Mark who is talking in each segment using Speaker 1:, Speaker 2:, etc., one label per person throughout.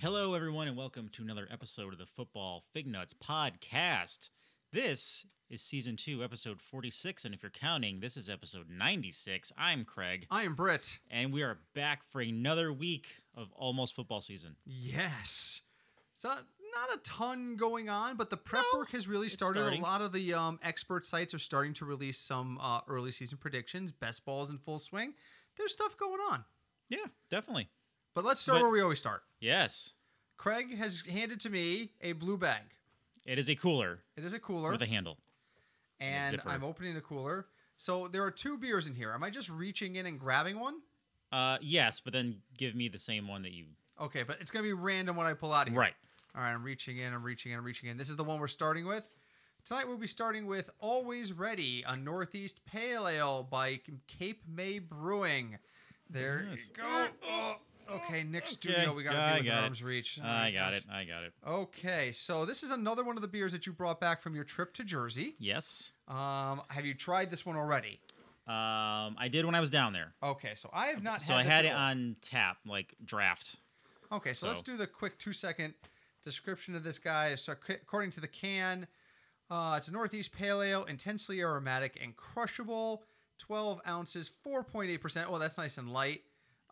Speaker 1: Hello, everyone, and welcome to another episode of the Football Fig Nuts podcast. This is season two, episode 46, and if you're counting, this is episode 96. I'm Craig,
Speaker 2: I am Britt.
Speaker 1: and we are back for another week of almost football season.
Speaker 2: Yes. So not a ton going on, but the prep work has really started.
Speaker 1: starting.
Speaker 2: A lot of the um, expert sites are starting to release some uh, early season predictions. Best balls in full swing. There's stuff going on.
Speaker 1: Yeah, definitely.
Speaker 2: But let's start
Speaker 1: But-
Speaker 2: where we always start.
Speaker 1: Yes,
Speaker 2: Craig has handed to me a blue bag.
Speaker 1: it is a cooler
Speaker 2: It is a cooler,
Speaker 1: with a handle.
Speaker 2: and
Speaker 1: zipper.
Speaker 2: I'm opening the cooler. So there are two beers in here. Am I just reaching in and grabbing one?
Speaker 1: Uh, yes, but then give me the same one that you.
Speaker 2: Okay, but it's gonna be random what I pull out of here.
Speaker 1: Right.
Speaker 2: All right, I'm reaching in, I'm reaching in, I'm reaching in. This is the one we're starting with. Tonight we'll be starting with Always Ready, a Northeast Pale Ale by Cape May Brewing. There
Speaker 1: Yes.
Speaker 2: you go. Oh, okay, next
Speaker 1: Okay,
Speaker 2: studio we got
Speaker 1: I
Speaker 2: to be within
Speaker 1: got it. Oh
Speaker 2: arm's reach.
Speaker 1: I got it. I got it.
Speaker 2: Okay, so this is another one of the beers that you brought back from your trip to Jersey.
Speaker 1: Yes.
Speaker 2: Um, have you tried this one already?
Speaker 1: Um, I did when I was down there.
Speaker 2: Okay, so I have not
Speaker 1: So I
Speaker 2: had this
Speaker 1: had
Speaker 2: at
Speaker 1: it
Speaker 2: all.
Speaker 1: on tap, like draft.
Speaker 2: Okay, so, let's
Speaker 1: So-
Speaker 2: do the quick two second description of this guy. So, ac- according to the can, uh, it's a Northeast Pale Ale, intensely aromatic and crushable, 12 ounces, 4.8%. Oh, that's nice and light.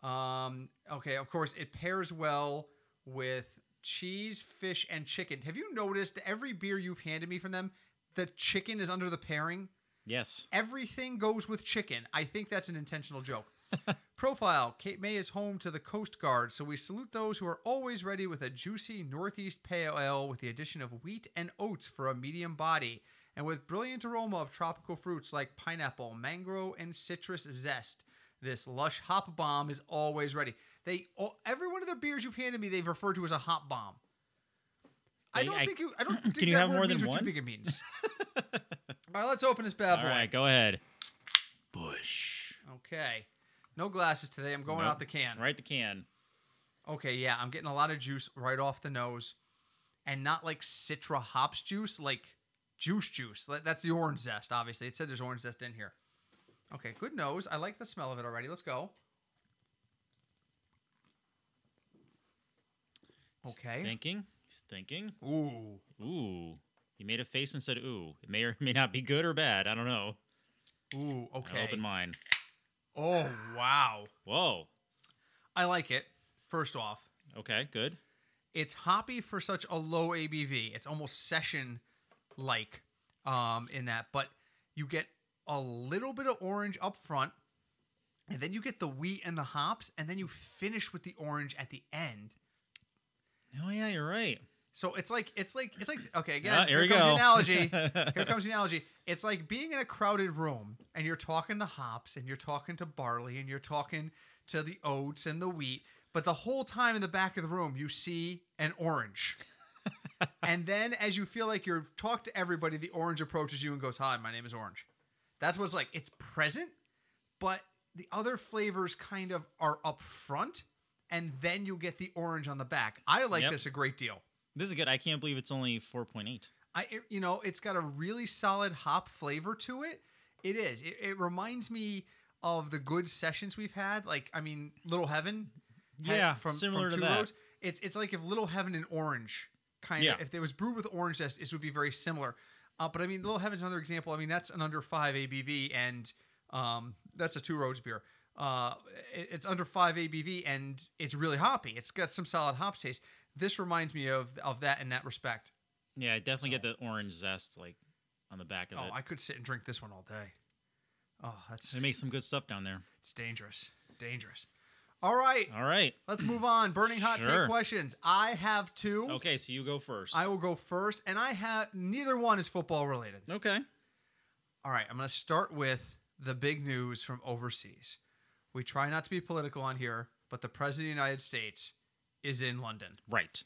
Speaker 2: Um, okay, of course, it pairs well with cheese, fish, and chicken. Have you noticed every beer you've handed me from them, the chicken is under the pairing?
Speaker 1: Yes.
Speaker 2: Everything goes with chicken. I think that's an intentional joke. Profile Cape May is home to the Coast Guard, so we salute those who are always ready with a juicy Northeast Pale Ale with the addition of wheat and oats for a medium body, and with brilliant aroma of tropical fruits like pineapple, mango, and citrus zest. This lush hop bomb is always ready. They all, every one of the beers you've handed me, they've referred to as a hop bomb. I
Speaker 1: They-
Speaker 2: don't
Speaker 1: I-
Speaker 2: think you. I don't. Think
Speaker 1: Can you
Speaker 2: that
Speaker 1: have
Speaker 2: word
Speaker 1: more than
Speaker 2: means what
Speaker 1: one?
Speaker 2: You think it means. all right, let's open this bad
Speaker 1: All
Speaker 2: boy.
Speaker 1: right, go ahead. Bush.
Speaker 2: Okay. No glasses today. I'm going
Speaker 1: Nope.
Speaker 2: out the can.
Speaker 1: Right the can.
Speaker 2: Okay, yeah, I'm getting a lot of juice right off the nose. And not like Citra hops juice, like juice juice. Like, That's the orange zest, obviously. It said there's orange zest in here. Okay, good nose. I like the smell of it already. Let's go. Okay.
Speaker 1: Thinking. He's thinking.
Speaker 2: Ooh.
Speaker 1: Ooh. He made a face and said, ooh. It may or may not be good or bad. I don't know.
Speaker 2: Ooh,
Speaker 1: I
Speaker 2: okay.
Speaker 1: opened mine.
Speaker 2: Oh, wow.
Speaker 1: Whoa.
Speaker 2: I like it. First off,
Speaker 1: Okay, good.
Speaker 2: it's hoppy for such a low ABV. It's almost session like um, in that, but you get a little bit of orange up front, and then you get the wheat and the hops, and then you finish with the orange at the end.
Speaker 1: Oh, yeah, you're right.
Speaker 2: So it's like it's like it's like okay again.
Speaker 1: Ah, here we
Speaker 2: comes
Speaker 1: go.
Speaker 2: the analogy. here comes the analogy. It's like being in a crowded room and you're talking to hops and you're talking to barley and you're talking to the oats and the wheat, but the whole time in the back of the room you see an orange. and then as you feel like you're talked to everybody, the orange approaches you and goes, "Hi, my name is Orange." That's what it's like. It's present, but the other flavors kind of are up front, and then you get the orange on the back. I like
Speaker 1: Yep.
Speaker 2: this a great deal.
Speaker 1: This is good. I can't believe it's only 4.8.
Speaker 2: I it- you know it's got a really solid hop flavor to it. It is. It, it reminds me of the good sessions we've had. Like I mean, Little Heaven. had-
Speaker 1: Yeah, similar to that.
Speaker 2: It's it's like if Little Heaven and Orange kind of
Speaker 1: Yeah.
Speaker 2: if it was brewed with orange zest, it would be very similar. Uh, but I mean, Little Heaven's another example. I mean, that's an under five ABV, and um, that's a two roads beer. Uh, it- it's under five ABV, and it's really hoppy. It's got some solid hop taste. This reminds me of of that in that respect.
Speaker 1: Yeah, I definitely get the orange zest, like, on the back of
Speaker 2: Oh,
Speaker 1: it.
Speaker 2: I could sit and drink this one all day. Oh, that's
Speaker 1: They make some good stuff down there.
Speaker 2: it's dangerous. Dangerous. All right,
Speaker 1: All right.
Speaker 2: let's move on. Burning hot
Speaker 1: Sure.
Speaker 2: take questions. I have two.
Speaker 1: Okay, so you go first.
Speaker 2: I will go first, and I have neither one is football related.
Speaker 1: okay.
Speaker 2: All right, I'm going to start with the big news from overseas. We try not to be political on here, but the president of the United States is in London.
Speaker 1: Right.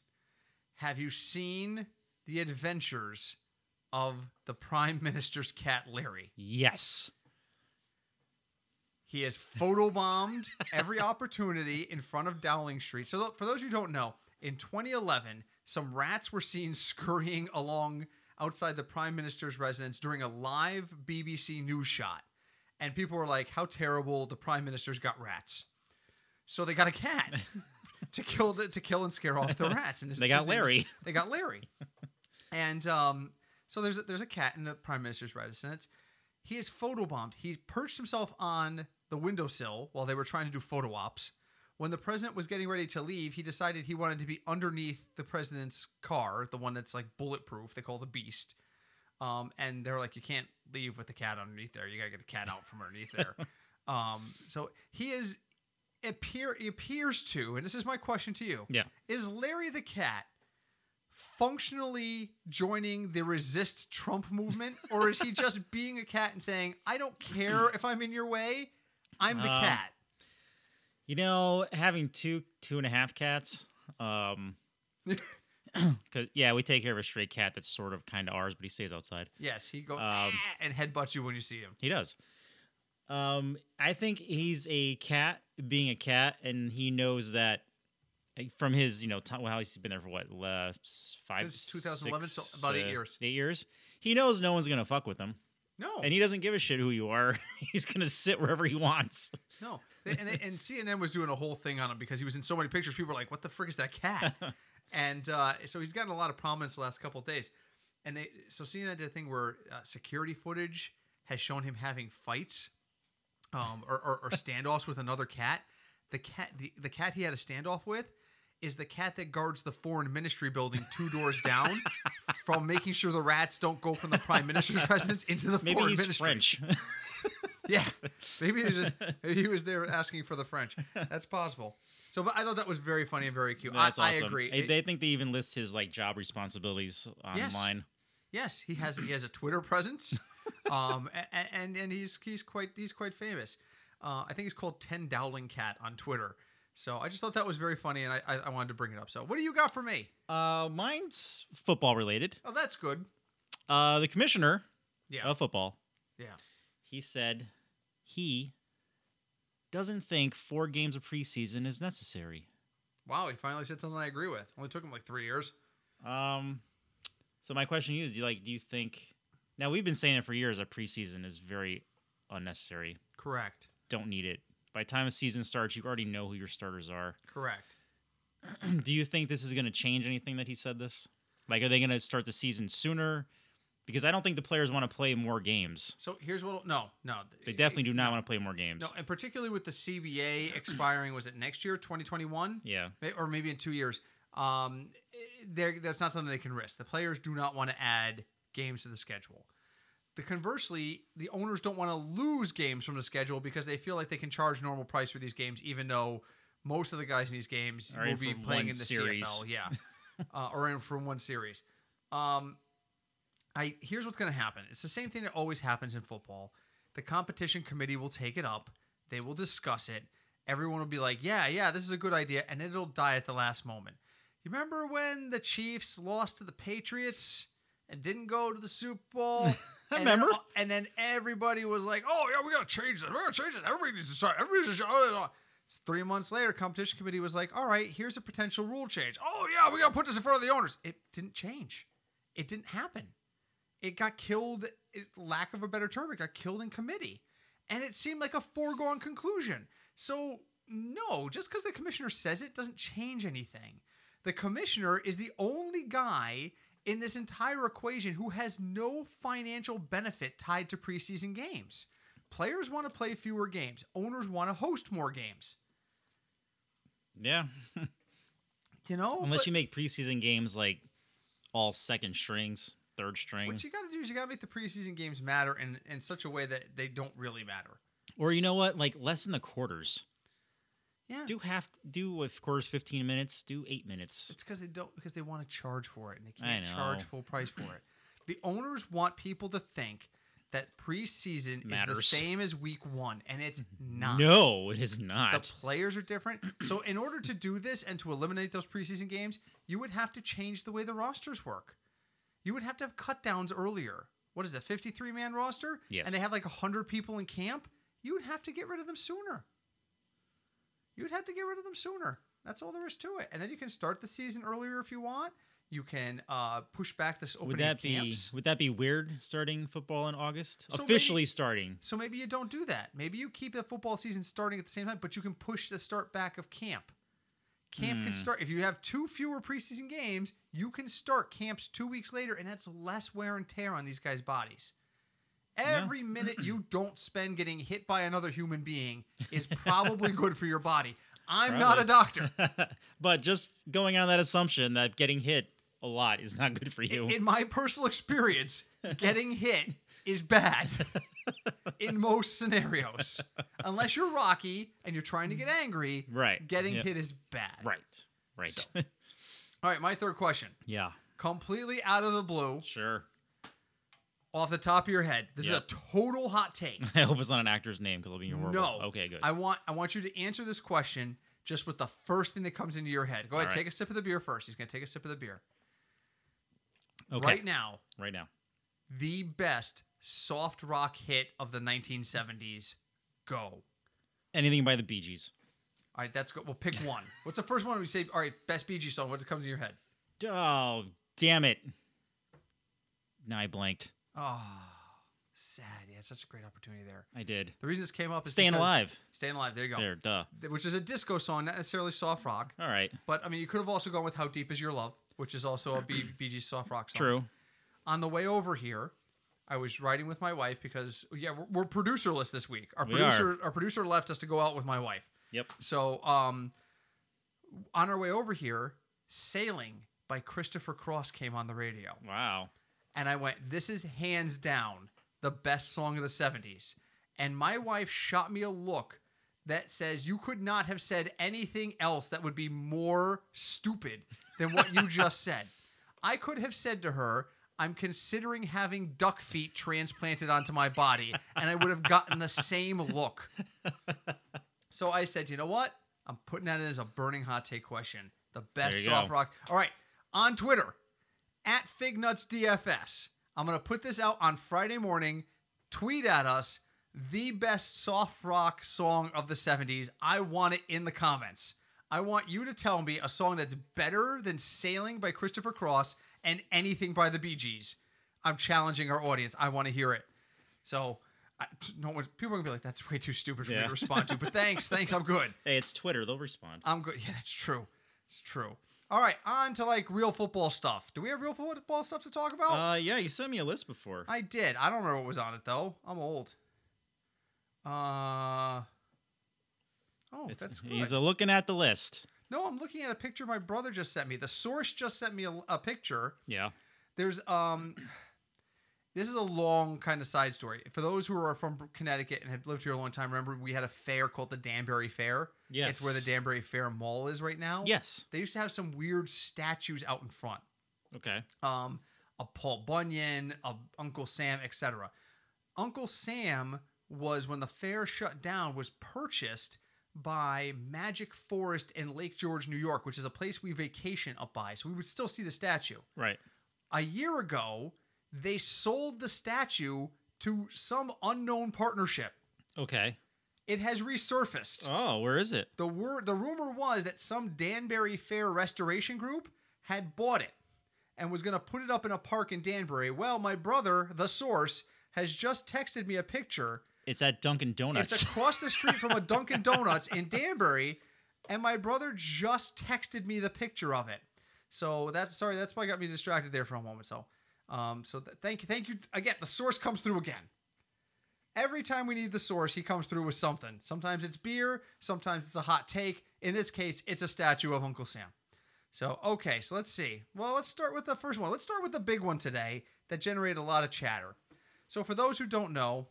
Speaker 2: Have you seen the adventures of the prime minister's cat, Larry?
Speaker 1: Yes.
Speaker 2: He has photobombed every opportunity in front of Dowling Street. So, look, for those who don't know, in 2011, some rats were seen scurrying along outside the prime minister's residence during a live BBC news shot. And people were like, how terrible the prime minister's got rats. So they got a cat to kill the, to kill and scare off the rats. And his-
Speaker 1: They got
Speaker 2: his name's-
Speaker 1: Larry.
Speaker 2: They got Larry. and um, so there's a, there's a cat in the prime minister's residence. He is photobombed. He perched himself on the windowsill while they were trying to do photo ops. When the president was getting ready to leave, he decided he wanted to be underneath the president's car, the one that's like bulletproof. They call the Beast. Um, and they're like, you can't leave with the cat underneath there. You gotta get the cat out from underneath there. um, so he is appear he appears to, and this is my question to you:
Speaker 1: Yeah.
Speaker 2: Is Larry the cat functionally joining the resist Trump movement, or is he just being a cat and saying, "I don't care if I'm in your way, I'm the
Speaker 1: Um,
Speaker 2: cat"?
Speaker 1: You know, having two two and a half cats. Um, 'cause- yeah, we take care of a stray cat that's sort of kind of ours, but he stays outside.
Speaker 2: Yes, he goes
Speaker 1: um,
Speaker 2: "Ah," and headbutts you when you see him.
Speaker 1: He does. Um, I think he's a cat being a cat, and he knows that uh, from his, you know, time, well, he's been there for what, uh, s- five,
Speaker 2: Since 2011, so
Speaker 1: six,
Speaker 2: about eight
Speaker 1: uh,
Speaker 2: years.
Speaker 1: Eight years. He knows no one's gonna fuck with him,
Speaker 2: No,
Speaker 1: and he doesn't give a shit who you are. he's gonna sit wherever he wants.
Speaker 2: No, they, and, they, and CNN was doing a whole thing on him because he was in so many pictures. People were like, "What the frick is that cat?" and uh, so he's gotten a lot of prominence the last couple of days. And they so CNN did a thing where uh, security footage has shown him having fights, um, or, or, or standoffs with another cat. The cat, the, the cat he had a standoff with, is the cat that guards the foreign ministry building two doors down. From making sure the rats don't go from the prime minister's residence into the
Speaker 1: Maybe
Speaker 2: foreign
Speaker 1: he's
Speaker 2: ministry.
Speaker 1: French.
Speaker 2: Yeah, maybe, he's just, maybe he was there asking for the French. That's possible. So, but I thought that was very funny and very cute. I,
Speaker 1: That's
Speaker 2: I
Speaker 1: awesome.
Speaker 2: agree.
Speaker 1: I,
Speaker 2: It-
Speaker 1: they think they even list his like job responsibilities
Speaker 2: Yes.
Speaker 1: online.
Speaker 2: yes, he has he has a Twitter presence, um, a- a- and and he's he's quite he's quite famous. Uh, I think he's called Ten Dowling Cat on Twitter. So I just thought that was very funny, and I, I I wanted to bring it up. So what do you got for me?
Speaker 1: Uh, mine's football related.
Speaker 2: Oh, that's good.
Speaker 1: Uh, the commissioner
Speaker 2: Yeah.
Speaker 1: of football
Speaker 2: Yeah.
Speaker 1: he said he doesn't think four games of preseason is necessary.
Speaker 2: Wow, he finally said something I agree with. Only took him like three years.
Speaker 1: Um, so my question to you is, do you like, do you think? Now we've been saying it for years that preseason is very unnecessary.
Speaker 2: Correct.
Speaker 1: Don't need it. By the time a season starts, you already know who your starters are.
Speaker 2: Correct.
Speaker 1: do you think this is going to change anything that he said this? Like, are they going to start the season sooner? Because I don't think the players want to play more games.
Speaker 2: So here's what. No, no.
Speaker 1: They definitely do
Speaker 2: it's-
Speaker 1: not want to play more games.
Speaker 2: No, and particularly with the CBA expiring, was it next year, 2021,
Speaker 1: Yeah.
Speaker 2: May- or maybe in two years? Um, they're- that's not something they can risk. The players do not want to add games to the schedule. The conversely, the owners don't want to lose games from the schedule because they feel like they can charge normal price for these games, even though most of the guys in these games
Speaker 1: Are in
Speaker 2: will be
Speaker 1: for
Speaker 2: playing
Speaker 1: one
Speaker 2: in the
Speaker 1: series.
Speaker 2: CFL, yeah, uh, or in from one series. Um, I here's what's going to happen. It's the same thing that always happens in football. The competition committee will take it up. They will discuss it. Everyone will be like, "Yeah, yeah, this is a good idea," and it'll die at the last moment. You remember when the Chiefs lost to the Patriots and didn't go to the Super Bowl?
Speaker 1: I
Speaker 2: And then-
Speaker 1: remember.
Speaker 2: and then everybody was like, "Oh yeah, we gotta change this. We gotta change this. Everybody needs to start. Everybody needs to start." It's Three months later, competition committee was like, "All right, here's a potential rule change. Oh yeah, we gotta put this in front of the owners." It didn't change. It didn't happen it got killed it, lack of a better term it got killed in committee and it seemed like a foregone conclusion so no just because the commissioner says it doesn't change anything the commissioner is the only guy in this entire equation who has no financial benefit tied to preseason games players want to play fewer games owners want to host more games
Speaker 1: Yeah.
Speaker 2: you know
Speaker 1: Unless
Speaker 2: But
Speaker 1: you make preseason games like all second strings, third string,
Speaker 2: what you got to do is you got to make the preseason games matter in, in such a way that they don't really matter
Speaker 1: or you know what, like less than the quarters.
Speaker 2: yeah
Speaker 1: Do half, do with quarters fifteen minutes, do eight minutes.
Speaker 2: It's because they don't because they want to charge for it and they
Speaker 1: I
Speaker 2: can't charge
Speaker 1: know.
Speaker 2: full price for it. The owners want people to think that preseason is the
Speaker 1: Matters.
Speaker 2: same as week one, and it's not.
Speaker 1: No, it is
Speaker 2: The
Speaker 1: not.
Speaker 2: players are different. So in order to do this and to eliminate those preseason games, you would have to change the way the rosters work. You would have to have cutdowns earlier. What is it, 53 man roster?
Speaker 1: Yes.
Speaker 2: And they have like 100 people in camp? You would have to get rid of them sooner. You would have to get rid of them sooner. That's all there is to it. And then you can start the season earlier if you want. You can uh, push back this opening
Speaker 1: Would that
Speaker 2: of
Speaker 1: be
Speaker 2: camps.
Speaker 1: would that be weird starting football in August?
Speaker 2: So maybe-
Speaker 1: Officially starting.
Speaker 2: So maybe you don't do that. Maybe you keep the football season starting at the same time, but you can push the start back of camp. camp
Speaker 1: Hmm.
Speaker 2: can start if you have two fewer preseason games you can start camps two weeks later and that's less wear and tear on these guys bodies every minute you don't spend getting hit by another human being is probably good for your body i'm not a
Speaker 1: Probably.
Speaker 2: doctor
Speaker 1: but just going on that assumption that getting hit a lot is not good for you.
Speaker 2: in my personal experience getting hit is bad in most scenarios unless you're rocky and you're trying to get angry
Speaker 1: Right.
Speaker 2: getting
Speaker 1: Yep.
Speaker 2: hit is bad
Speaker 1: right. Right.
Speaker 2: So. all right my third question
Speaker 1: yeah.
Speaker 2: completely out of the blue
Speaker 1: Sure.
Speaker 2: off the top of your head. This
Speaker 1: Yeah.
Speaker 2: is a total hot take.
Speaker 1: I hope it's not an actor's name because it'll be horrible.
Speaker 2: no.
Speaker 1: Okay. Good.
Speaker 2: I want I want you to answer this question just with the first thing that comes into your head. Go ahead,
Speaker 1: All right.
Speaker 2: take a sip of the beer first. He's gonna take a sip of the beer.
Speaker 1: okay.
Speaker 2: Right now,
Speaker 1: right now.
Speaker 2: the best soft rock hit of the 1970s. Go. All
Speaker 1: Anything by the Bee Gees.
Speaker 2: right, that's good. We'll pick one. What's the first one we say? All right, best BG song. What comes in your head?
Speaker 1: Oh, damn it. No, I blanked.
Speaker 2: Oh, sad. Yeah, such a great opportunity there.
Speaker 1: I did.
Speaker 2: The reason this came up is
Speaker 1: Staying
Speaker 2: because-
Speaker 1: alive.
Speaker 2: Staying alive. There you go.
Speaker 1: There, duh.
Speaker 2: Which is a disco song, not necessarily soft rock.
Speaker 1: All right.
Speaker 2: But I mean, you could have also gone with "How Deep Is Your Love," which is also a B- Bee Gees soft rock song.
Speaker 1: True.
Speaker 2: On the way over here, I was riding with my wife because yeah, we're, we're producerless this week. Our
Speaker 1: We
Speaker 2: producer, our producer left us to go out with my wife.
Speaker 1: Yep.
Speaker 2: So, um, on our way over here, "Sailing" by Christopher Cross came on the radio,
Speaker 1: Wow.
Speaker 2: and I went, "This is hands down the best song of the '70s." And my wife shot me a look that says you could not have said anything else that would be more stupid than what you just said. I could have said to her, I'm considering having duck feet transplanted onto my body, and I would have gotten the same look. So I said, you know what? I'm putting that in as a burning hot take question. The best
Speaker 1: you
Speaker 2: soft
Speaker 1: go.
Speaker 2: rock. All right. On Twitter, at FignutsDFS. I'm going to put this out on Friday morning. Tweet at us the best soft rock song of the 70s. I want it in the comments. I want you to tell me a song that's better than Sailing by Christopher Cross and anything by the Bee Gees. I'm challenging our audience. I want to hear it. So, I, no one, people are going to be like, that's way too stupid for me
Speaker 1: Yeah.
Speaker 2: to respond to. But thanks, thanks. I'm good.
Speaker 1: Hey, it's Twitter. They'll respond.
Speaker 2: I'm good. Yeah, that's true. It's true. All right, on to like real football stuff. Do we have real football stuff to talk about?
Speaker 1: Uh, yeah, you sent me a list before.
Speaker 2: Oh. I did. I don't remember what was on it though. I'm old. Uh Oh,
Speaker 1: It's-
Speaker 2: that's good.
Speaker 1: he's uh looking at the list.
Speaker 2: no, I'm looking at a picture my brother just sent me. The source just sent me a, a picture.
Speaker 1: Yeah.
Speaker 2: There's um this is a long kind of side story. For those who are from Connecticut and have lived here a long time, remember we had a fair called the Danbury Fair.
Speaker 1: Yes.
Speaker 2: It's where the Danbury Fair Mall is right now.
Speaker 1: Yes.
Speaker 2: They used to have some weird statues out in front.
Speaker 1: Okay.
Speaker 2: um, a Paul Bunyan, a Uncle Sam, etc. Uncle Sam was when the fair shut down was purchased by Magic Forest in Lake George, New York, which is a place we vacation up by. So we would still see the statue.
Speaker 1: Right.
Speaker 2: A year ago, they sold the statue to some unknown partnership.
Speaker 1: Okay.
Speaker 2: It has resurfaced.
Speaker 1: Oh, where is it?
Speaker 2: The word the rumor was that some Danbury Fair restoration group had bought it and was going to put it up in a park in Danbury. Well, my brother, the source, has just texted me a picture.
Speaker 1: It's at Dunkin' Donuts.
Speaker 2: It's across the street from a Dunkin' Donuts in Danbury, and my brother just texted me the picture of it. So that's sorry, that's why I got me distracted there for a moment. So, um, so th- thank you, thank you again. The source comes through again. Every time we need the source, he comes through with something. Sometimes it's beer, sometimes it's a hot take. In this case, it's a statue of Uncle Sam. So, okay, so let's see. Well, let's start with the first one. Let's start with the big one today that generated a lot of chatter. So, for those who don't know,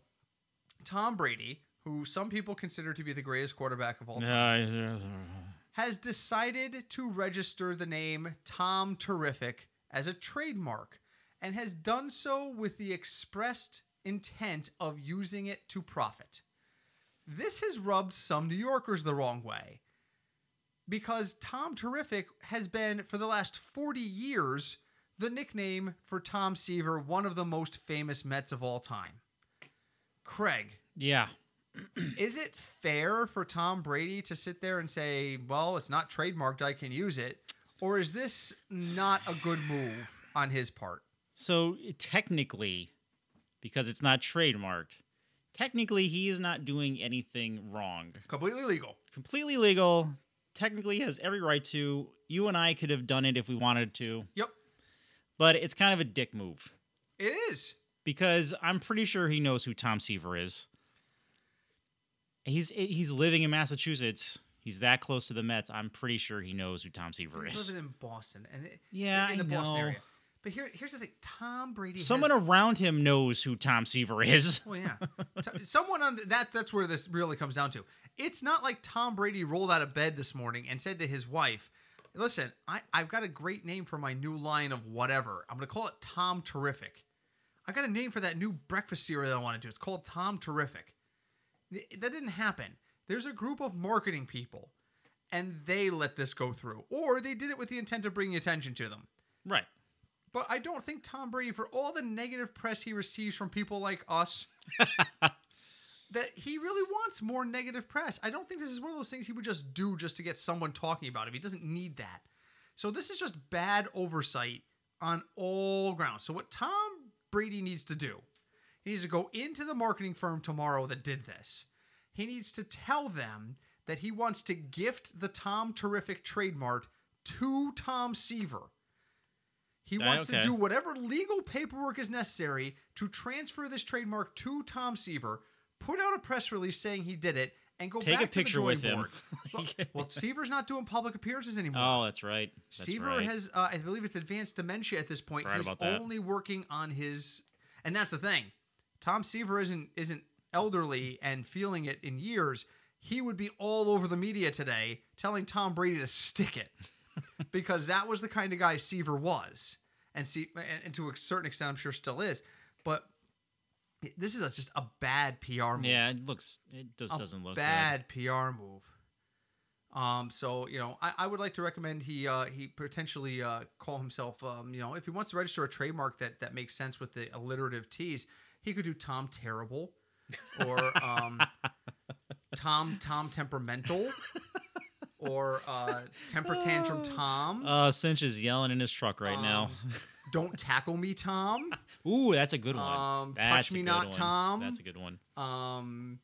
Speaker 2: Tom Brady, who some people consider to be the greatest quarterback of all time, has decided to register the name Tom Terrific as a trademark and has done so with the expressed intent of using it to profit. This has rubbed some New Yorkers the wrong way because Tom Terrific has been, for the last 40 years, the nickname for Tom Seaver, one of the most famous Mets of all time. Craig,
Speaker 1: yeah.
Speaker 2: is it fair for Tom Brady to sit there and say, "Well, it's not trademarked, I can use it," or is this not a good move on his part?
Speaker 1: So technically, because it's not trademarked, technically he is not doing anything wrong.
Speaker 2: Completely legal.
Speaker 1: Completely legal. technically has every right to. You and I could have done it if we wanted to,
Speaker 2: Yep,
Speaker 1: but it's kind of a dick move
Speaker 2: it is.
Speaker 1: because I'm pretty sure he knows who Tom Seaver is. He's he's living in Massachusetts. He's that close to the Mets. I'm pretty sure he knows who Tom Seaver
Speaker 2: He's
Speaker 1: is.
Speaker 2: living in Boston, and it,
Speaker 1: Yeah,
Speaker 2: in
Speaker 1: I
Speaker 2: the Boston
Speaker 1: know.
Speaker 2: area. But here, here's the thing: Tom Brady.
Speaker 1: Someone
Speaker 2: has,
Speaker 1: around him knows who Tom Seaver is.
Speaker 2: well, yeah, T- someone on the, that. That's where this really comes down to. It's not like Tom Brady rolled out of bed this morning and said to his wife, "Listen, I, I've got a great name for my new line of whatever. I'm going to call it Tom Terrific. I got a name for that new breakfast cereal I want to do. It's called Tom Terrific." Th- That didn't happen. There's a group of marketing people, and they let this go through, or they did it with the intent of bringing attention to them.
Speaker 1: Right.
Speaker 2: But I don't think Tom Brady, for all the negative press he receives from people like us, that he really wants more negative press. I don't think this is one of those things he would just do just to get someone talking about him. He doesn't need that. So this is just bad oversight on all grounds. So what Tom Brady needs to do, he needs to go into the marketing firm tomorrow that did this. He needs to tell them that he wants to gift the Tom Terrific trademark to Tom Seaver. He
Speaker 1: Ah,
Speaker 2: wants
Speaker 1: okay.
Speaker 2: to do whatever legal paperwork is necessary to transfer this trademark to Tom Seaver, put out a press release saying he did it, and go
Speaker 1: Take a
Speaker 2: back
Speaker 1: picture
Speaker 2: to the drawing
Speaker 1: with him.
Speaker 2: board. well, well, Seaver's not doing public appearances anymore.
Speaker 1: Oh, that's right. That's
Speaker 2: Seaver
Speaker 1: right.
Speaker 2: has, uh, I believe it's advanced dementia at this point.
Speaker 1: Forgot
Speaker 2: He's
Speaker 1: about that.
Speaker 2: only working on his, and that's the thing. Tom Seaver isn't isn't elderly and feeling it in years. He would be all over the media today telling Tom Brady to stick it, because that was the kind of guy Seaver was, and see, and, and to a certain extent, I'm sure still is. But this is a, just a bad PR move
Speaker 1: Yeah, it looks. It just doesn't look Good.
Speaker 2: bad PR move. Um, so you know, I, I would like to recommend he uh, he potentially uh, call himself um, you know if he wants to register a trademark that that makes sense with the alliterative T's, he could do Tom Terrible or um, Tom Tom Temperamental or uh, Temper Tantrum Tom.
Speaker 1: Uh, Cinch is yelling in his truck right now.
Speaker 2: Um, Don't tackle me, Tom.
Speaker 1: Ooh, that's a good one.
Speaker 2: um,
Speaker 1: that's
Speaker 2: Touch
Speaker 1: a
Speaker 2: Me
Speaker 1: good
Speaker 2: Not,
Speaker 1: one.
Speaker 2: Tom.
Speaker 1: That's a good one.
Speaker 2: Um,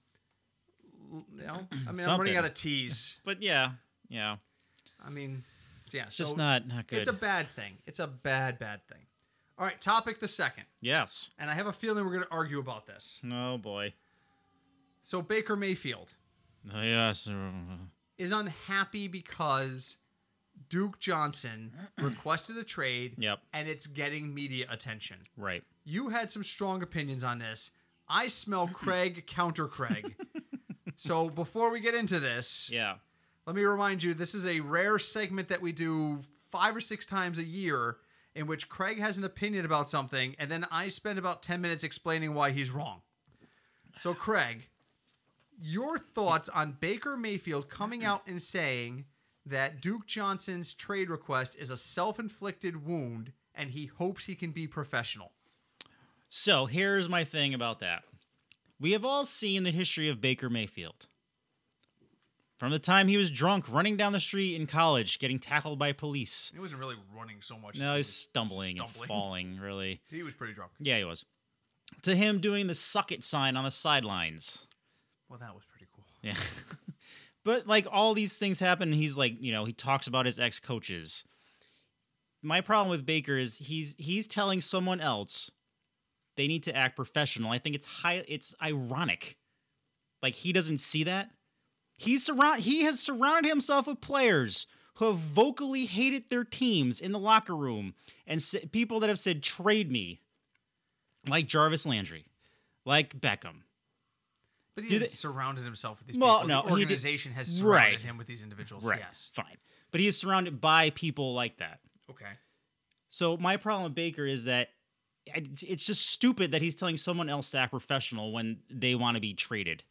Speaker 2: l- you know, I mean, I'm
Speaker 1: Something.
Speaker 2: running out of T's.
Speaker 1: But yeah, yeah,
Speaker 2: I mean, yeah,
Speaker 1: it's just
Speaker 2: so
Speaker 1: not not good.
Speaker 2: It's a bad thing. It's a bad, bad thing. All right, topic the second,
Speaker 1: yes.
Speaker 2: and I have a feeling we're going to argue about this.
Speaker 1: Oh boy.
Speaker 2: So Baker Mayfield
Speaker 1: Oh, yes.
Speaker 2: is unhappy because Duke Johnson requested a trade,
Speaker 1: Yep.
Speaker 2: and it's getting media attention.
Speaker 1: Right.
Speaker 2: You had some strong opinions on this. I smell Craig counter Craig. so before we get into this,
Speaker 1: Yeah.
Speaker 2: Let me remind you, this is a rare segment that we do five or six times a year in which Craig has an opinion about something and then I spend about 10 minutes explaining why he's wrong. So, Craig, your thoughts on Baker Mayfield coming out and saying that Duke Johnson's trade request is a self inflicted wound and he hopes he can be professional.
Speaker 1: So here's my thing about that. We have all seen the history of Baker Mayfield. From the time he was drunk, running down the street in college, getting tackled by police.
Speaker 2: He wasn't really running so much.
Speaker 1: No, he's stumbling, and falling, really.
Speaker 2: He was pretty drunk.
Speaker 1: Yeah, he was. To him doing the suck it sign on the sidelines.
Speaker 2: Well, that was pretty cool.
Speaker 1: Yeah. but like all these things happen, and he's like, you know, he talks about his ex coaches. My problem with Baker is he's he's telling someone else they need to act professional. I think it's high it's ironic. Like he doesn't see that. He's surround he has surrounded himself with players who have vocally hated their teams in the locker room and s- people that have said trade me like Jarvis Landry, like Beckham,
Speaker 2: But he
Speaker 1: Do
Speaker 2: hasn't
Speaker 1: they-
Speaker 2: surrounded himself with these
Speaker 1: Well,
Speaker 2: people.
Speaker 1: no,
Speaker 2: the
Speaker 1: he did-
Speaker 2: organization has surrounded
Speaker 1: Right.
Speaker 2: him with these individuals. Yes.
Speaker 1: Fine. But he is surrounded by people like that.
Speaker 2: Okay.
Speaker 1: So my problem with Baker is that I- it's just stupid that he's telling someone else to act professional when they want to be traded.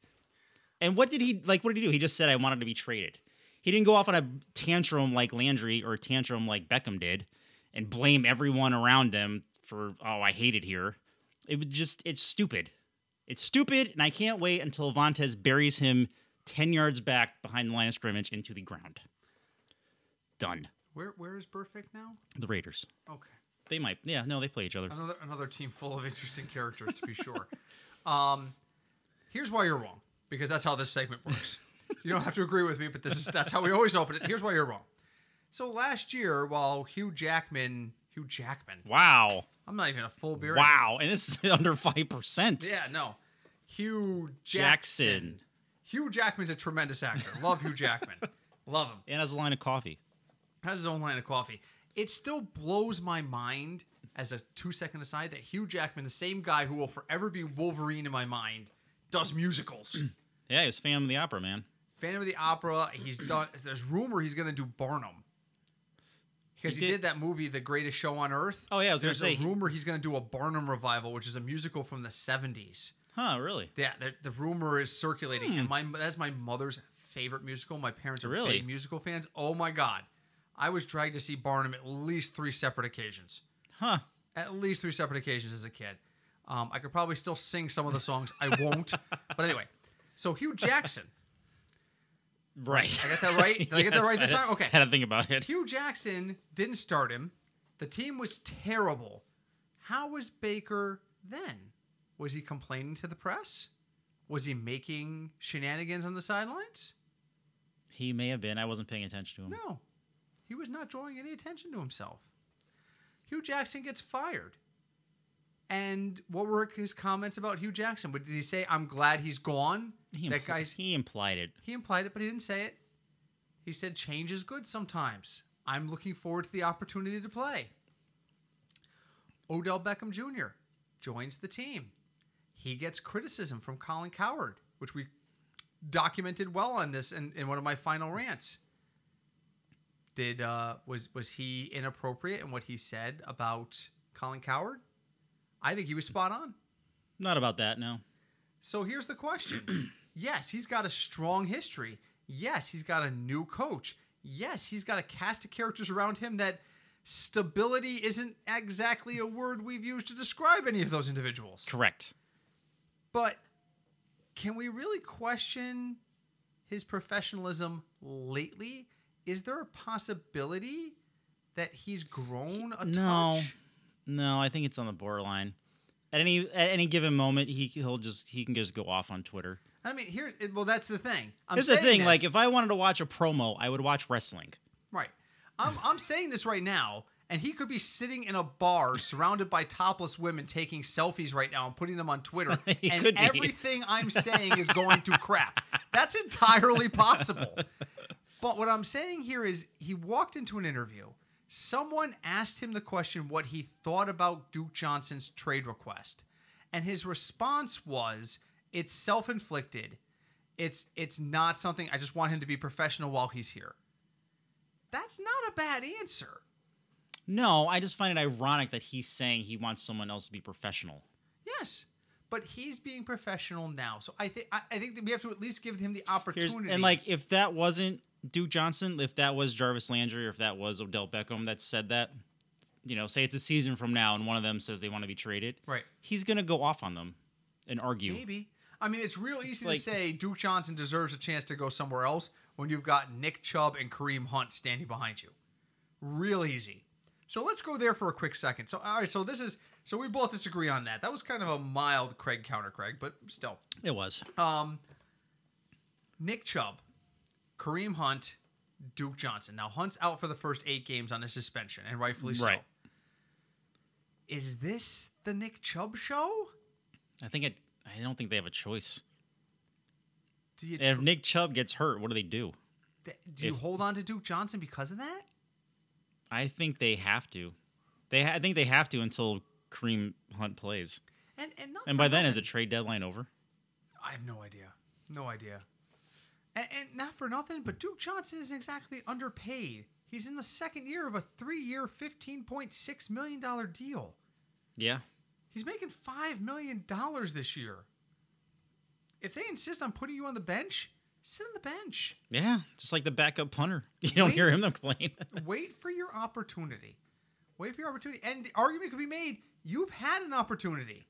Speaker 1: And what did he like? What did he do? He just said, "I wanted to be traded." He didn't go off on a tantrum like Landry or a tantrum like Beckham did, and blame everyone around him for "Oh, I hate it here." It would just it's stupid. It's stupid, and I can't wait until Vontez buries him ten yards back behind the line of scrimmage into the ground. Done.
Speaker 2: Where Where is Perfect now?
Speaker 1: The Raiders.
Speaker 2: Okay.
Speaker 1: They might. Yeah, no, they play each other.
Speaker 2: Another another team full of interesting characters to be sure. um, here's why you're wrong because that's how this segment works. you don't have to agree with me, but this is that's how we always open it. Here's why you're wrong. So last year, while Hugh Jackman, Hugh Jackman,
Speaker 1: Wow.
Speaker 2: I'm not even a full beer.
Speaker 1: Wow. And this is under 5%.
Speaker 2: Yeah, no. Hugh Jackson.
Speaker 1: Jackson.
Speaker 2: Hugh Jackman's a tremendous actor. Love Hugh Jackman. Love him.
Speaker 1: And has a line of coffee.
Speaker 2: Has his own line of coffee. It still blows my mind as a two second aside that Hugh Jackman, the same guy who will forever be Wolverine in my mind, does musicals.
Speaker 1: Yeah, he was Phantom of the Opera, man.
Speaker 2: Phantom of the Opera. He's done. There's rumor he's gonna do Barnum because he,
Speaker 1: He
Speaker 2: did,
Speaker 1: did-
Speaker 2: that movie, The Greatest Show on Earth.
Speaker 1: Oh, yeah, I was gonna
Speaker 2: there's
Speaker 1: say
Speaker 2: a
Speaker 1: he-
Speaker 2: rumor he's gonna do a Barnum revival, which is a musical from the 70s.
Speaker 1: Huh, really?
Speaker 2: Yeah, the, the rumor is circulating, and my that's my mother's favorite musical. My parents are
Speaker 1: Really?
Speaker 2: big musical fans. Oh my god, I was dragged to see Barnum at least three separate occasions.
Speaker 1: Huh.
Speaker 2: At least three separate occasions as a kid. Um, I could probably still sing some of the songs. I won't, but anyway. So Hugh Jackson.
Speaker 1: Right.
Speaker 2: I got that right? Did I get that right this time? Okay.
Speaker 1: had to think about it.
Speaker 2: Hugh Jackson didn't start him. The team was terrible. How was Baker then? Was he complaining to the press? Was he making shenanigans on the sidelines?
Speaker 1: He may have been. I wasn't paying attention to him.
Speaker 2: No. He was not drawing any attention to himself. Hugh Jackson gets fired. And what were his comments about Hugh Jackson? What did he say? I'm glad he's gone.
Speaker 1: He,
Speaker 2: that
Speaker 1: impl-
Speaker 2: guy's
Speaker 1: he implied it.
Speaker 2: He implied it, but he didn't say it. He said change is good sometimes. I'm looking forward to the opportunity to play. Odell Beckham Jr. joins the team. He gets criticism from Colin Coward, which we documented well on this in, in one of my final rants. Did uh, was was he inappropriate in what he said about Colin Coward? I think he was spot on.
Speaker 1: Not about that, no.
Speaker 2: So here's the question. yes, he's got a strong history. Yes, he's got a new coach. Yes, he's got a cast of characters around him that stability isn't exactly a word we've used to describe any of those individuals.
Speaker 1: Correct.
Speaker 2: But can we really question his professionalism lately? Is there a possibility that he's grown a
Speaker 1: No.
Speaker 2: touch?
Speaker 1: No, I think it's on the borderline. At any at any given moment, he he'll just he can just go off on Twitter.
Speaker 2: I mean, here. Well, that's the thing. I'm
Speaker 1: Here's the
Speaker 2: saying
Speaker 1: thing:
Speaker 2: this-
Speaker 1: like, if I wanted to watch a promo, I would watch wrestling.
Speaker 2: Right. I'm, I'm saying this right now, and he could be sitting in a bar surrounded by topless women taking selfies right now and putting them on Twitter.
Speaker 1: He
Speaker 2: and
Speaker 1: could be.
Speaker 2: everything I'm saying is going to crap. That's entirely possible. But what I'm saying here is he walked into an interview. Someone asked him the question what he thought about Duke Johnson's trade request. And his response was, it's self-inflicted. It's it's not something I just want him to be professional while he's here. That's not a bad answer.
Speaker 1: No, I just find it ironic that he's saying he wants someone else to be professional.
Speaker 2: Yes. But he's being professional now. So I think I I think that we have to at least give him the
Speaker 1: Here's,
Speaker 2: opportunity.
Speaker 1: and like, if that wasn't Duke Johnson, if that was Jarvis Landry, or if that was Odell Beckham that said that, you know, say it's a season from now, and one of them says they want to be traded,
Speaker 2: Right.
Speaker 1: He's gonna go off on them and argue.
Speaker 2: Maybe. I mean, it's real easy
Speaker 1: like-
Speaker 2: to say Duke Johnson deserves a chance to go somewhere else when you've got Nick Chubb and Kareem Hunt standing behind you. Real easy. So let's go there for a quick second. So all right, so this is so we both disagree on that. That was kind of a mild Craig counter Craig, but still.
Speaker 1: It was
Speaker 2: Um, Nick Chubb, Kareem Hunt, Duke Johnson. Now Hunt's out for the first eight games on a suspension, and rightfully so.
Speaker 1: Right.
Speaker 2: Is this the Nick Chubb show?
Speaker 1: I think it. I don't think they have a choice.
Speaker 2: Do you,
Speaker 1: And
Speaker 2: tr-
Speaker 1: if Nick Chubb gets hurt, what do they do?
Speaker 2: th- do you
Speaker 1: if-
Speaker 2: hold on to Duke Johnson because of that?
Speaker 1: I think they have to. They ha- I think they have to until Kareem Hunt plays.
Speaker 2: And and, not
Speaker 1: And
Speaker 2: for
Speaker 1: by then, is the
Speaker 2: nothing-
Speaker 1: trade deadline over?
Speaker 2: I have no idea. No idea. And, and not for nothing, but Duke Johnson isn't exactly underpaid. He's in the second year of a three-year, fifteen point six million dollar deal.
Speaker 1: Yeah.
Speaker 2: He's making five million dollars this year. If they insist on putting you on the bench, sit on the bench.
Speaker 1: Yeah. Just like the backup punter. You don't hear him complain.
Speaker 2: Wait for your opportunity. Wait for your opportunity. And the argument could be made: you've had an opportunity.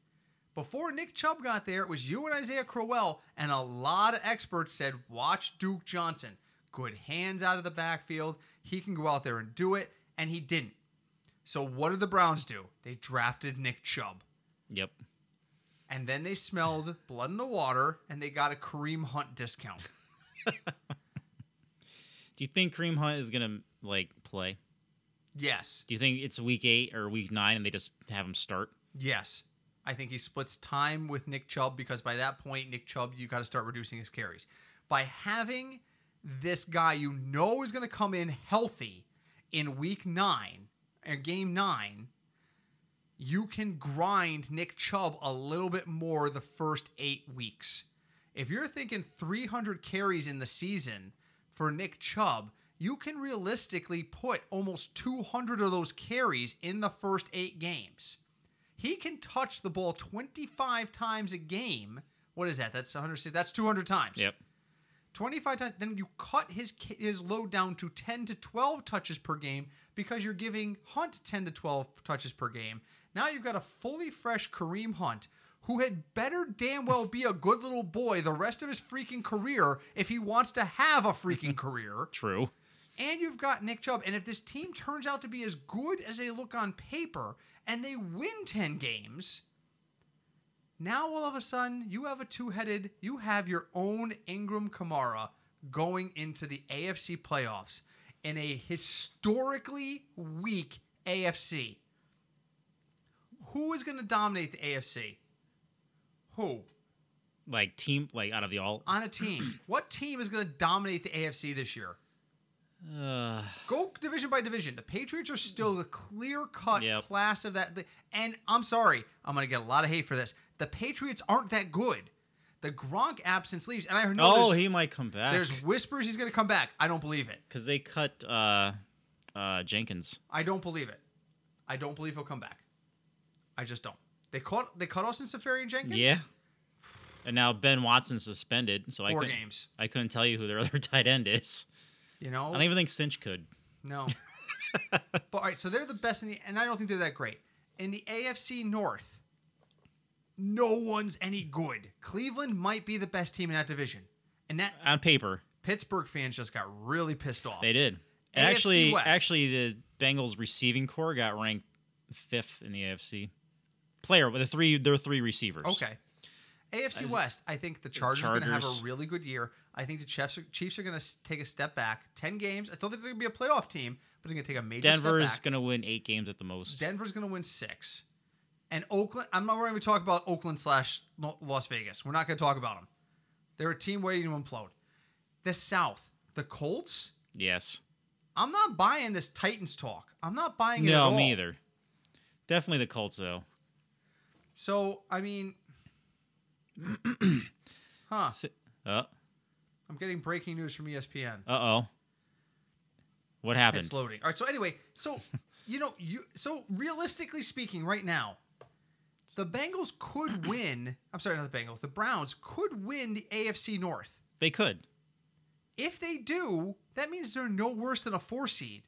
Speaker 2: Before Nick Chubb got there, it was you and Isaiah Crowell, and a lot of experts said, watch Duke Johnson. Good hands out of the backfield. He can go out there and do it, and he didn't. So what did the Browns do? They drafted Nick Chubb.
Speaker 1: yep.
Speaker 2: and then they smelled blood in the water and they got a Kareem Hunt discount.
Speaker 1: Do you think Kareem Hunt is gonna like play?
Speaker 2: Yes.
Speaker 1: Do you think it's week eight or week nine and they just have him start?
Speaker 2: Yes. I think he splits time with Nick Chubb because by that point, Nick Chubb, you got to start reducing his carries. By having this guy you know is going to come in healthy in week nine or game nine, you can grind Nick Chubb a little bit more the first eight weeks. If you're thinking 300 carries in the season for Nick Chubb, you can realistically put almost 200 of those carries in the first eight games. He can touch the ball 25 times a game. What is that? That's 100. That's 200 times. 25 times. Then you cut his ca- his load down to 10 to 12 touches per game because you're giving Hunt 10 to 12 touches per game. Now you've got a fully fresh Kareem Hunt who had better damn well be a good little boy the rest of his freaking career if he wants to have a freaking career.
Speaker 1: True.
Speaker 2: And you've got Nick Chubb. And if this team turns out to be as good as they look on paper and they win 10 games, now all of a sudden you have a two headed, you have your own Ingram Kamara going into the AFC playoffs in a historically weak AFC. Who is going to dominate the AFC? Who?
Speaker 1: Like team, like out of the all.
Speaker 2: On a team. what team is going to dominate the AFC this year?
Speaker 1: Uh,
Speaker 2: Go division by division. The Patriots are still the clear cut
Speaker 1: Yep.
Speaker 2: class of that. And I'm sorry, I'm going to get a lot of hate for this. The Patriots aren't that good. The Gronk absence leaves. And I know
Speaker 1: oh,
Speaker 2: there's,
Speaker 1: he might come back.
Speaker 2: there's whispers he's going to come back. I don't believe it.
Speaker 1: because they cut uh, uh, Jenkins.
Speaker 2: I don't believe it. I don't believe he'll come back. I just don't. They caught they cut Austin Safarian Jenkins?
Speaker 1: Yeah. And now Ben Watson's suspended, so I
Speaker 2: Four
Speaker 1: couldn't,
Speaker 2: games.
Speaker 1: I couldn't tell you who their other tight end is.
Speaker 2: You
Speaker 1: I
Speaker 2: know?
Speaker 1: don't even think Cinch could.
Speaker 2: No. but all right, so they're the best in the, and I don't think they're that great in the AFC North. No one's any good. Cleveland might be the best team in that division, and that
Speaker 1: On paper,
Speaker 2: Pittsburgh fans just got really pissed off.
Speaker 1: they did. And
Speaker 2: AFC
Speaker 1: actually,
Speaker 2: West.
Speaker 1: actually, the Bengals receiving core got ranked fifth in the AFC. Player with the three, their three receivers.
Speaker 2: Okay. AFC West, I think the Chargers, are going to have
Speaker 1: Chargers.
Speaker 2: a really good year. I think the Chiefs are, Chiefs are going to take a step back. 10 games. I still think they're going to be a playoff team, but they're going to take a major step
Speaker 1: Denver's
Speaker 2: back.
Speaker 1: gonna win eight games at the most.
Speaker 2: Denver's going to win six. And Oakland, I'm not going to talk about Oakland slash Lo- Las Vegas. We're not going to talk about them. They're a team waiting to implode. The South, the Colts,
Speaker 1: yes.
Speaker 2: I'm not buying this Titans talk. I'm not buying it. at
Speaker 1: No,
Speaker 2: all.
Speaker 1: me either. Definitely the Colts though.
Speaker 2: So, I mean, huh.
Speaker 1: Si- Uh
Speaker 2: I'm getting breaking news from E ESPN.
Speaker 1: oh. What happened?
Speaker 2: It's loading. All right. So anyway, so you know, you so realistically speaking, right now, the Bengals could win. I'm sorry, not the Bengals. The Browns could win the AFC North.
Speaker 1: They could.
Speaker 2: If they do, that means they're no worse than a four seed.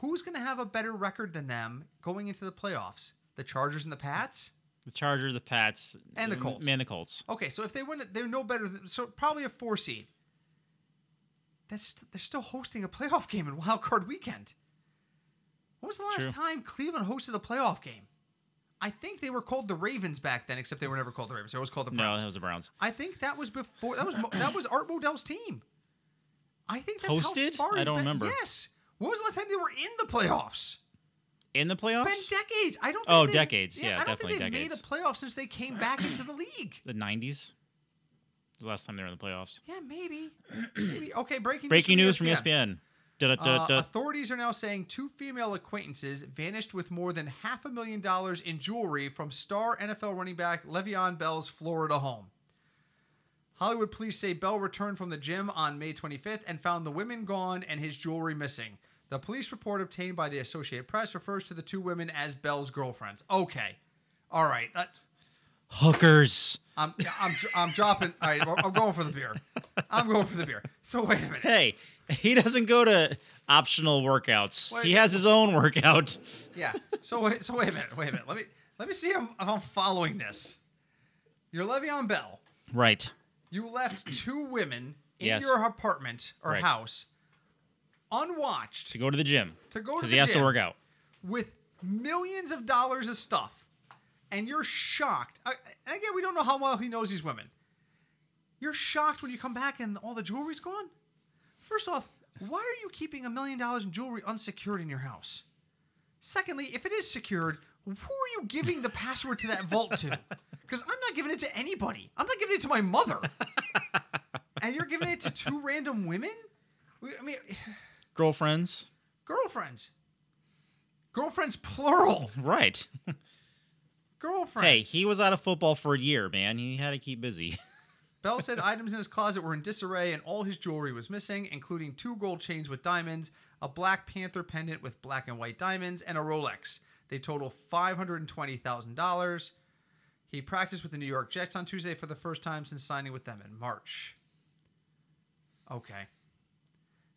Speaker 2: Who's going to have a better record than them going into the playoffs? The Chargers and the Pats.
Speaker 1: The Chargers, the Pats,
Speaker 2: And the
Speaker 1: m-
Speaker 2: Colts.
Speaker 1: Man, the Colts.
Speaker 2: Okay, so if they win it, they're no better than so probably a four seed. That's they're still hosting a playoff game in Wild Card Weekend. When was the last
Speaker 1: True.
Speaker 2: time Cleveland hosted a playoff game? I think they were called the Ravens back then, except they were never called the Ravens. They were always called the
Speaker 1: No,
Speaker 2: Browns.
Speaker 1: that was the Browns.
Speaker 2: I think that was before that was Mo- that was Art Modell's team. I think that's
Speaker 1: Hosted?
Speaker 2: How far
Speaker 1: I
Speaker 2: it
Speaker 1: don't
Speaker 2: ba-
Speaker 1: remember.
Speaker 2: Yes. When was the last time they were in the playoffs?
Speaker 1: In the playoffs,
Speaker 2: Been decades. I don't. Think
Speaker 1: Oh,
Speaker 2: they-
Speaker 1: decades. Yeah,
Speaker 2: I don't
Speaker 1: definitely
Speaker 2: think they've
Speaker 1: decades.
Speaker 2: made a playoff since they came back into the league.
Speaker 1: the '90s. The last time they were in the playoffs.
Speaker 2: Yeah, maybe. maybe. Okay, breaking E
Speaker 1: Breaking news from E ESPN. Da, da,
Speaker 2: Uh,
Speaker 1: da, da.
Speaker 2: authorities are now saying two female acquaintances vanished with more than half a million dollars in jewelry from star NFL running back Le'Veon Bell's Florida home. Hollywood police say Bell returned from the gym on May 25th and found the women gone and his jewelry missing. The police report obtained by the Associated Press refers to the two women as Bell's girlfriends. Okay, all right. That,
Speaker 1: Hookers.
Speaker 2: I'm, I'm, I'm dropping. All right, I'm going for the beer. I'm going for the beer. So wait a minute.
Speaker 1: Hey, he doesn't go to optional workouts.
Speaker 2: Wait.
Speaker 1: He has his own workout.
Speaker 2: Yeah. So wait, so wait a minute. Wait a minute. Let me let me see if I'm, if I'm following this. You're Le'Veon Bell.
Speaker 1: Right.
Speaker 2: You left two women in
Speaker 1: Yes.
Speaker 2: your apartment or
Speaker 1: Right.
Speaker 2: house,
Speaker 1: To
Speaker 2: unwatched,
Speaker 1: go to the gym
Speaker 2: to go to
Speaker 1: because
Speaker 2: the
Speaker 1: he has
Speaker 2: gym
Speaker 1: to work out.
Speaker 2: with millions of dollars of stuff, and you're shocked. I- And again, we don't know how well he knows these women. You're shocked when you come back and all the jewelry's gone? First off, why are you keeping a million dollars in jewelry unsecured in your house? Secondly, if it is secured, who are you giving the password to that vault to? Because I'm not giving it to anybody. I'm not giving it to my mother. and you're giving it to two random women? We- I mean,
Speaker 1: Girlfriends.
Speaker 2: girlfriends. Girlfriends, plural.
Speaker 1: Right.
Speaker 2: Girlfriends.
Speaker 1: Hey, he was out of football for a year, man. He had to keep busy.
Speaker 2: Bell said items in his closet were in disarray and all his jewelry was missing, including two gold chains with diamonds, a Black Panther pendant with black and white diamonds, and a Rolex. They total $520,000. He practiced with the New York Jets on Tuesday for the first time since signing with them in March. Okay.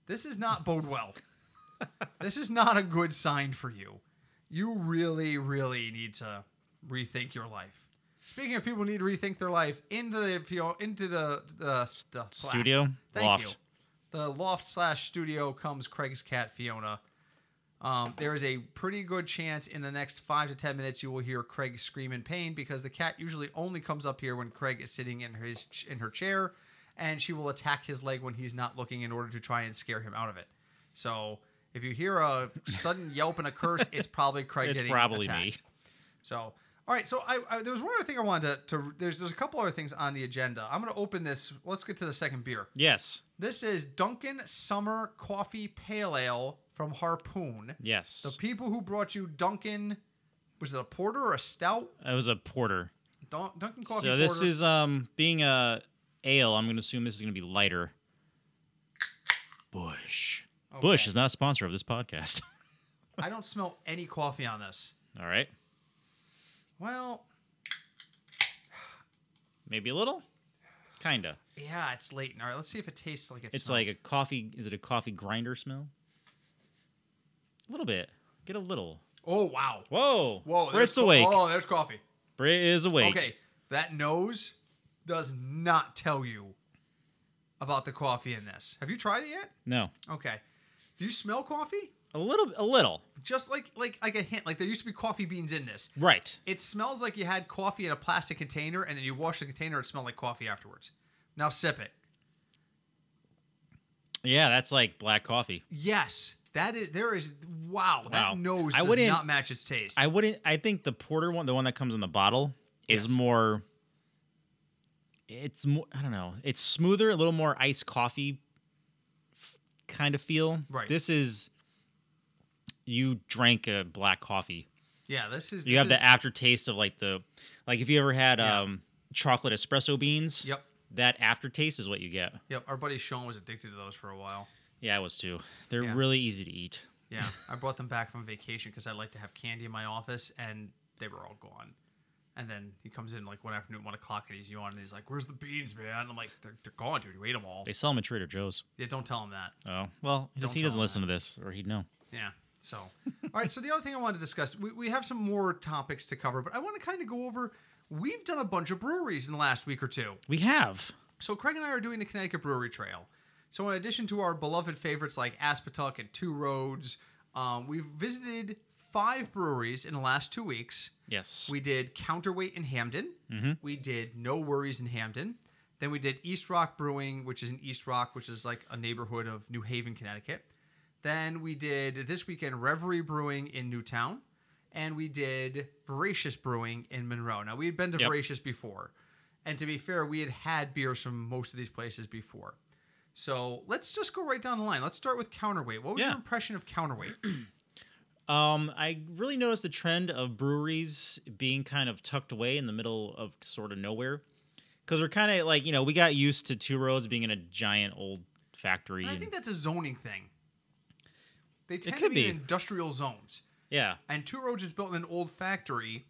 Speaker 2: This is not bode well. this is not a good sign for you. You really, really need to rethink your life. Speaking of people who need to rethink their life, into the if you- into the the, the flat.
Speaker 1: Studio?
Speaker 2: Thank
Speaker 1: Loft.
Speaker 2: you. The loft slash studio comes Craig's cat Fiona. Um, there is a pretty good chance in the next five to ten minutes you will hear Craig scream in pain because the cat usually only comes up here when Craig is sitting in his ch- in her chair, and she will attack his leg when he's not looking in order to try and scare him out of it. So if you hear a sudden yelp and a curse, it's probably Craig.
Speaker 1: It's
Speaker 2: getting
Speaker 1: probably
Speaker 2: attacked.
Speaker 1: me.
Speaker 2: So, all right. So, I, I there was one other thing I wanted to. to there's there's a couple other things on the agenda. I'm gonna open this. Let's get to the second beer.
Speaker 1: Yes.
Speaker 2: This is Duncan Summer Coffee Pale Ale from Harpoon.
Speaker 1: Yes.
Speaker 2: The people who brought you Duncan, was it a porter or a stout?
Speaker 1: It was a porter.
Speaker 2: Dun, Duncan Coffee.
Speaker 1: so this
Speaker 2: porter.
Speaker 1: is um being a ale. I'm gonna assume this is gonna be lighter. Bush. Bush
Speaker 2: Okay.
Speaker 1: is not a sponsor of this podcast.
Speaker 2: I don't smell any coffee on this.
Speaker 1: All right,
Speaker 2: Well,
Speaker 1: maybe a little, kinda.
Speaker 2: yeah, it's late. All right, let's see if it tastes like it.
Speaker 1: It's
Speaker 2: smells.
Speaker 1: like a coffee. Is it a coffee grinder smell? A little bit. Get a little.
Speaker 2: Oh wow.
Speaker 1: Whoa.
Speaker 2: Whoa. there's
Speaker 1: Brit's
Speaker 2: co-
Speaker 1: awake.
Speaker 2: Oh, there's coffee.
Speaker 1: Brit is awake.
Speaker 2: Okay, that nose does not tell you about the coffee in this. Have you tried it yet?
Speaker 1: No.
Speaker 2: Okay. Do you smell coffee?
Speaker 1: A little. A little.
Speaker 2: Just like like like a hint. Like there used to be coffee beans in this.
Speaker 1: Right.
Speaker 2: It smells like you had coffee in a plastic container, and then you wash the container. It smelled like coffee afterwards. Now sip it.
Speaker 1: Yeah, that's like black coffee.
Speaker 2: Yes, that is there is wow.
Speaker 1: Wow.
Speaker 2: That nose
Speaker 1: I
Speaker 2: does
Speaker 1: wouldn't-
Speaker 2: not match its taste.
Speaker 1: I wouldn't. I think the porter one, the one that comes in the bottle, is
Speaker 2: Yes.
Speaker 1: more. It's more. I don't know. It's smoother, a little more iced coffee, f- kind of feel.
Speaker 2: Right.
Speaker 1: This is. You drank a black coffee.
Speaker 2: yeah, this is
Speaker 1: You have
Speaker 2: this
Speaker 1: the aftertaste of like the, like if you ever had
Speaker 2: Yeah.
Speaker 1: um chocolate espresso beans.
Speaker 2: is- Yep,
Speaker 1: That aftertaste is what you get.
Speaker 2: yep. Our buddy Sean was addicted to those for a while.
Speaker 1: Yeah, I was too. They're
Speaker 2: Yeah.
Speaker 1: really easy to eat.
Speaker 2: Yeah, I brought them back from vacation because I like to have candy in my office, and they were all gone. And then he comes in like one afternoon, one o'clock, and he's yawning. And he's like, "Where's the beans, man?" I'm like, "They're, they're gone, dude. You ate them all."
Speaker 1: They sell them at Trader Joe's.
Speaker 2: Yeah, don't tell him that.
Speaker 1: Oh well, he
Speaker 2: Don't
Speaker 1: he
Speaker 2: tell
Speaker 1: doesn't
Speaker 2: him
Speaker 1: listen to this, or he'd know.
Speaker 2: Yeah. So, all right. So the other thing I wanted to discuss, we, we have some more topics to cover, but I want to kind of go over. We've done a bunch of breweries in the last week or two.
Speaker 1: We have.
Speaker 2: So Craig and I are doing the Connecticut Brewery Trail. So in addition to our beloved favorites like Aspetuck and Two Roads, um, we've visited five breweries in the last two weeks.
Speaker 1: Yes. Mm-hmm.
Speaker 2: We did Counterweight in Hamden. We did No Worries in Hamden. Then we did East Rock Brewing, which is in East Rock, which is like a neighborhood of New Haven, Connecticut. Then we did this weekend Reverie Brewing in Newtown. And we did Voracious Brewing in Monroe. Now, we had been to
Speaker 1: Yep.
Speaker 2: Voracious before. And to be fair, we had had beers from most of these places before. So let's just go right down the line. Let's start with Counterweight. What was
Speaker 1: Yeah.
Speaker 2: your impression of Counterweight?
Speaker 1: Um, I really noticed the trend of breweries being kind of tucked away in the middle of sort of nowhere, because we're kind of like you know we got used to Two Roads being in a giant old factory.
Speaker 2: And I
Speaker 1: And,
Speaker 2: think that's a zoning thing. They tend
Speaker 1: could
Speaker 2: to be,
Speaker 1: be.
Speaker 2: in industrial zones.
Speaker 1: yeah,
Speaker 2: And Two Roads is built in an old factory,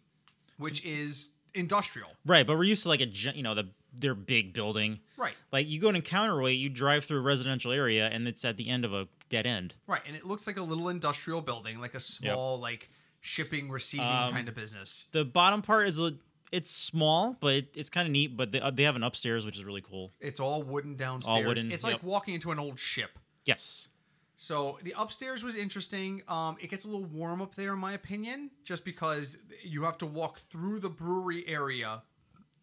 Speaker 2: which is industrial.
Speaker 1: right. But we're used to like a gi- you know the their big building.
Speaker 2: Right.
Speaker 1: Like you go in counterweight, you drive through a residential area, and it's at the end of a dead end.
Speaker 2: Right. And it looks like a little industrial building, like a small, like shipping, receiving
Speaker 1: Um,
Speaker 2: kind of business.
Speaker 1: The bottom part is a, it's small, but it, it's kind of neat. But they, uh, they have an upstairs, which is really cool.
Speaker 2: It's all wooden downstairs.
Speaker 1: wooden,
Speaker 2: it's
Speaker 1: yep.
Speaker 2: like walking into an old ship.
Speaker 1: Yes.
Speaker 2: So the upstairs was interesting. Um, it gets a little warm up there, in my opinion, just because you have to walk through the brewery area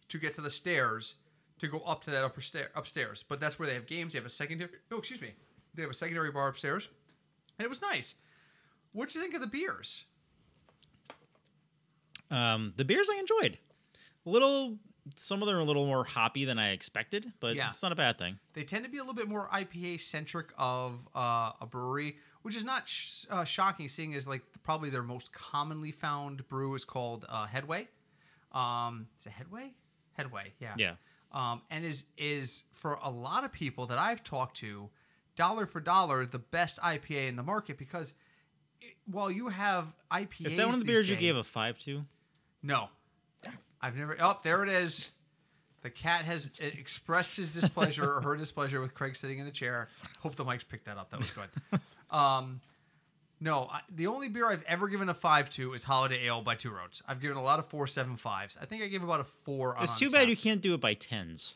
Speaker 2: to get to the stairs to go up to that upper stair upstairs. But that's where they have games. They have a secondary. Oh, excuse me. They have a secondary bar upstairs, and it was nice. What'd you think of the beers?
Speaker 1: Um, the beers I enjoyed. A little, some of them are a little more hoppy than I expected, but
Speaker 2: Yeah.
Speaker 1: it's not a bad thing.
Speaker 2: They tend to be a little bit more IPA centric of uh, a brewery, which is not sh- uh, shocking, seeing as like probably their most commonly found brew is called uh, Headway. Um, is it Headway? Headway, yeah.
Speaker 1: Yeah.
Speaker 2: Um, and is is for a lot of people that I've talked to, dollar for dollar, the best IPA in the market because it, while you have IPAs,
Speaker 1: Is that one of the
Speaker 2: these
Speaker 1: beers you
Speaker 2: days-
Speaker 1: gave a five to?
Speaker 2: no. I've never. Oh, there it is. The cat has e- expressed his displeasure or her displeasure with Craig sitting in the chair. Hope the mics picked that up. That was good. um, no, I, the only beer I've ever given a five to is Holiday Ale by Two Roads. I've given a lot of four seven fives. I think I gave about a four. On
Speaker 1: It's too
Speaker 2: Untappd.
Speaker 1: bad you can't do it by tens.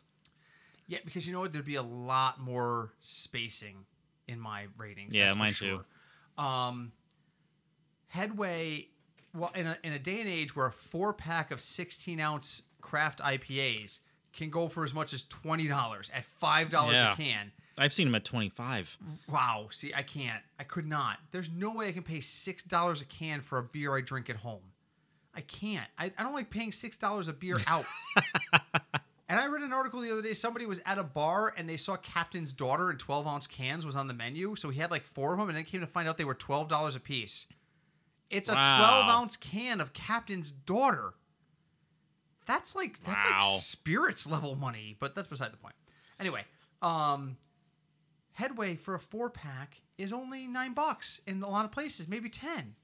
Speaker 2: Yeah, because you know what? There'd be a lot more spacing in my ratings.
Speaker 1: Yeah,
Speaker 2: that's for
Speaker 1: mine
Speaker 2: sure. Um, Headway, well, in a, in a day and age where a four pack of 16 ounce craft IPAs can go for as much as $20 at $5
Speaker 1: Yeah.
Speaker 2: a can.
Speaker 1: I've seen them at 25.
Speaker 2: Wow. See, I can't. I could not. There's no way I can pay $6 a can for a beer I drink at home. I can't. I, I don't like paying $6 a beer out. and I read an article the other day. Somebody was at a bar and they saw Captain's Daughter in 12 ounce cans was on the menu. So he had like four of them and then came to find out they were $12 a piece. It's a 12
Speaker 1: Wow.
Speaker 2: ounce can of Captain's Daughter. That's like that's
Speaker 1: Wow.
Speaker 2: like spirits level money, but that's beside the point. Anyway, um, Headway for a four pack is only nine bucks in a lot of places, maybe ten.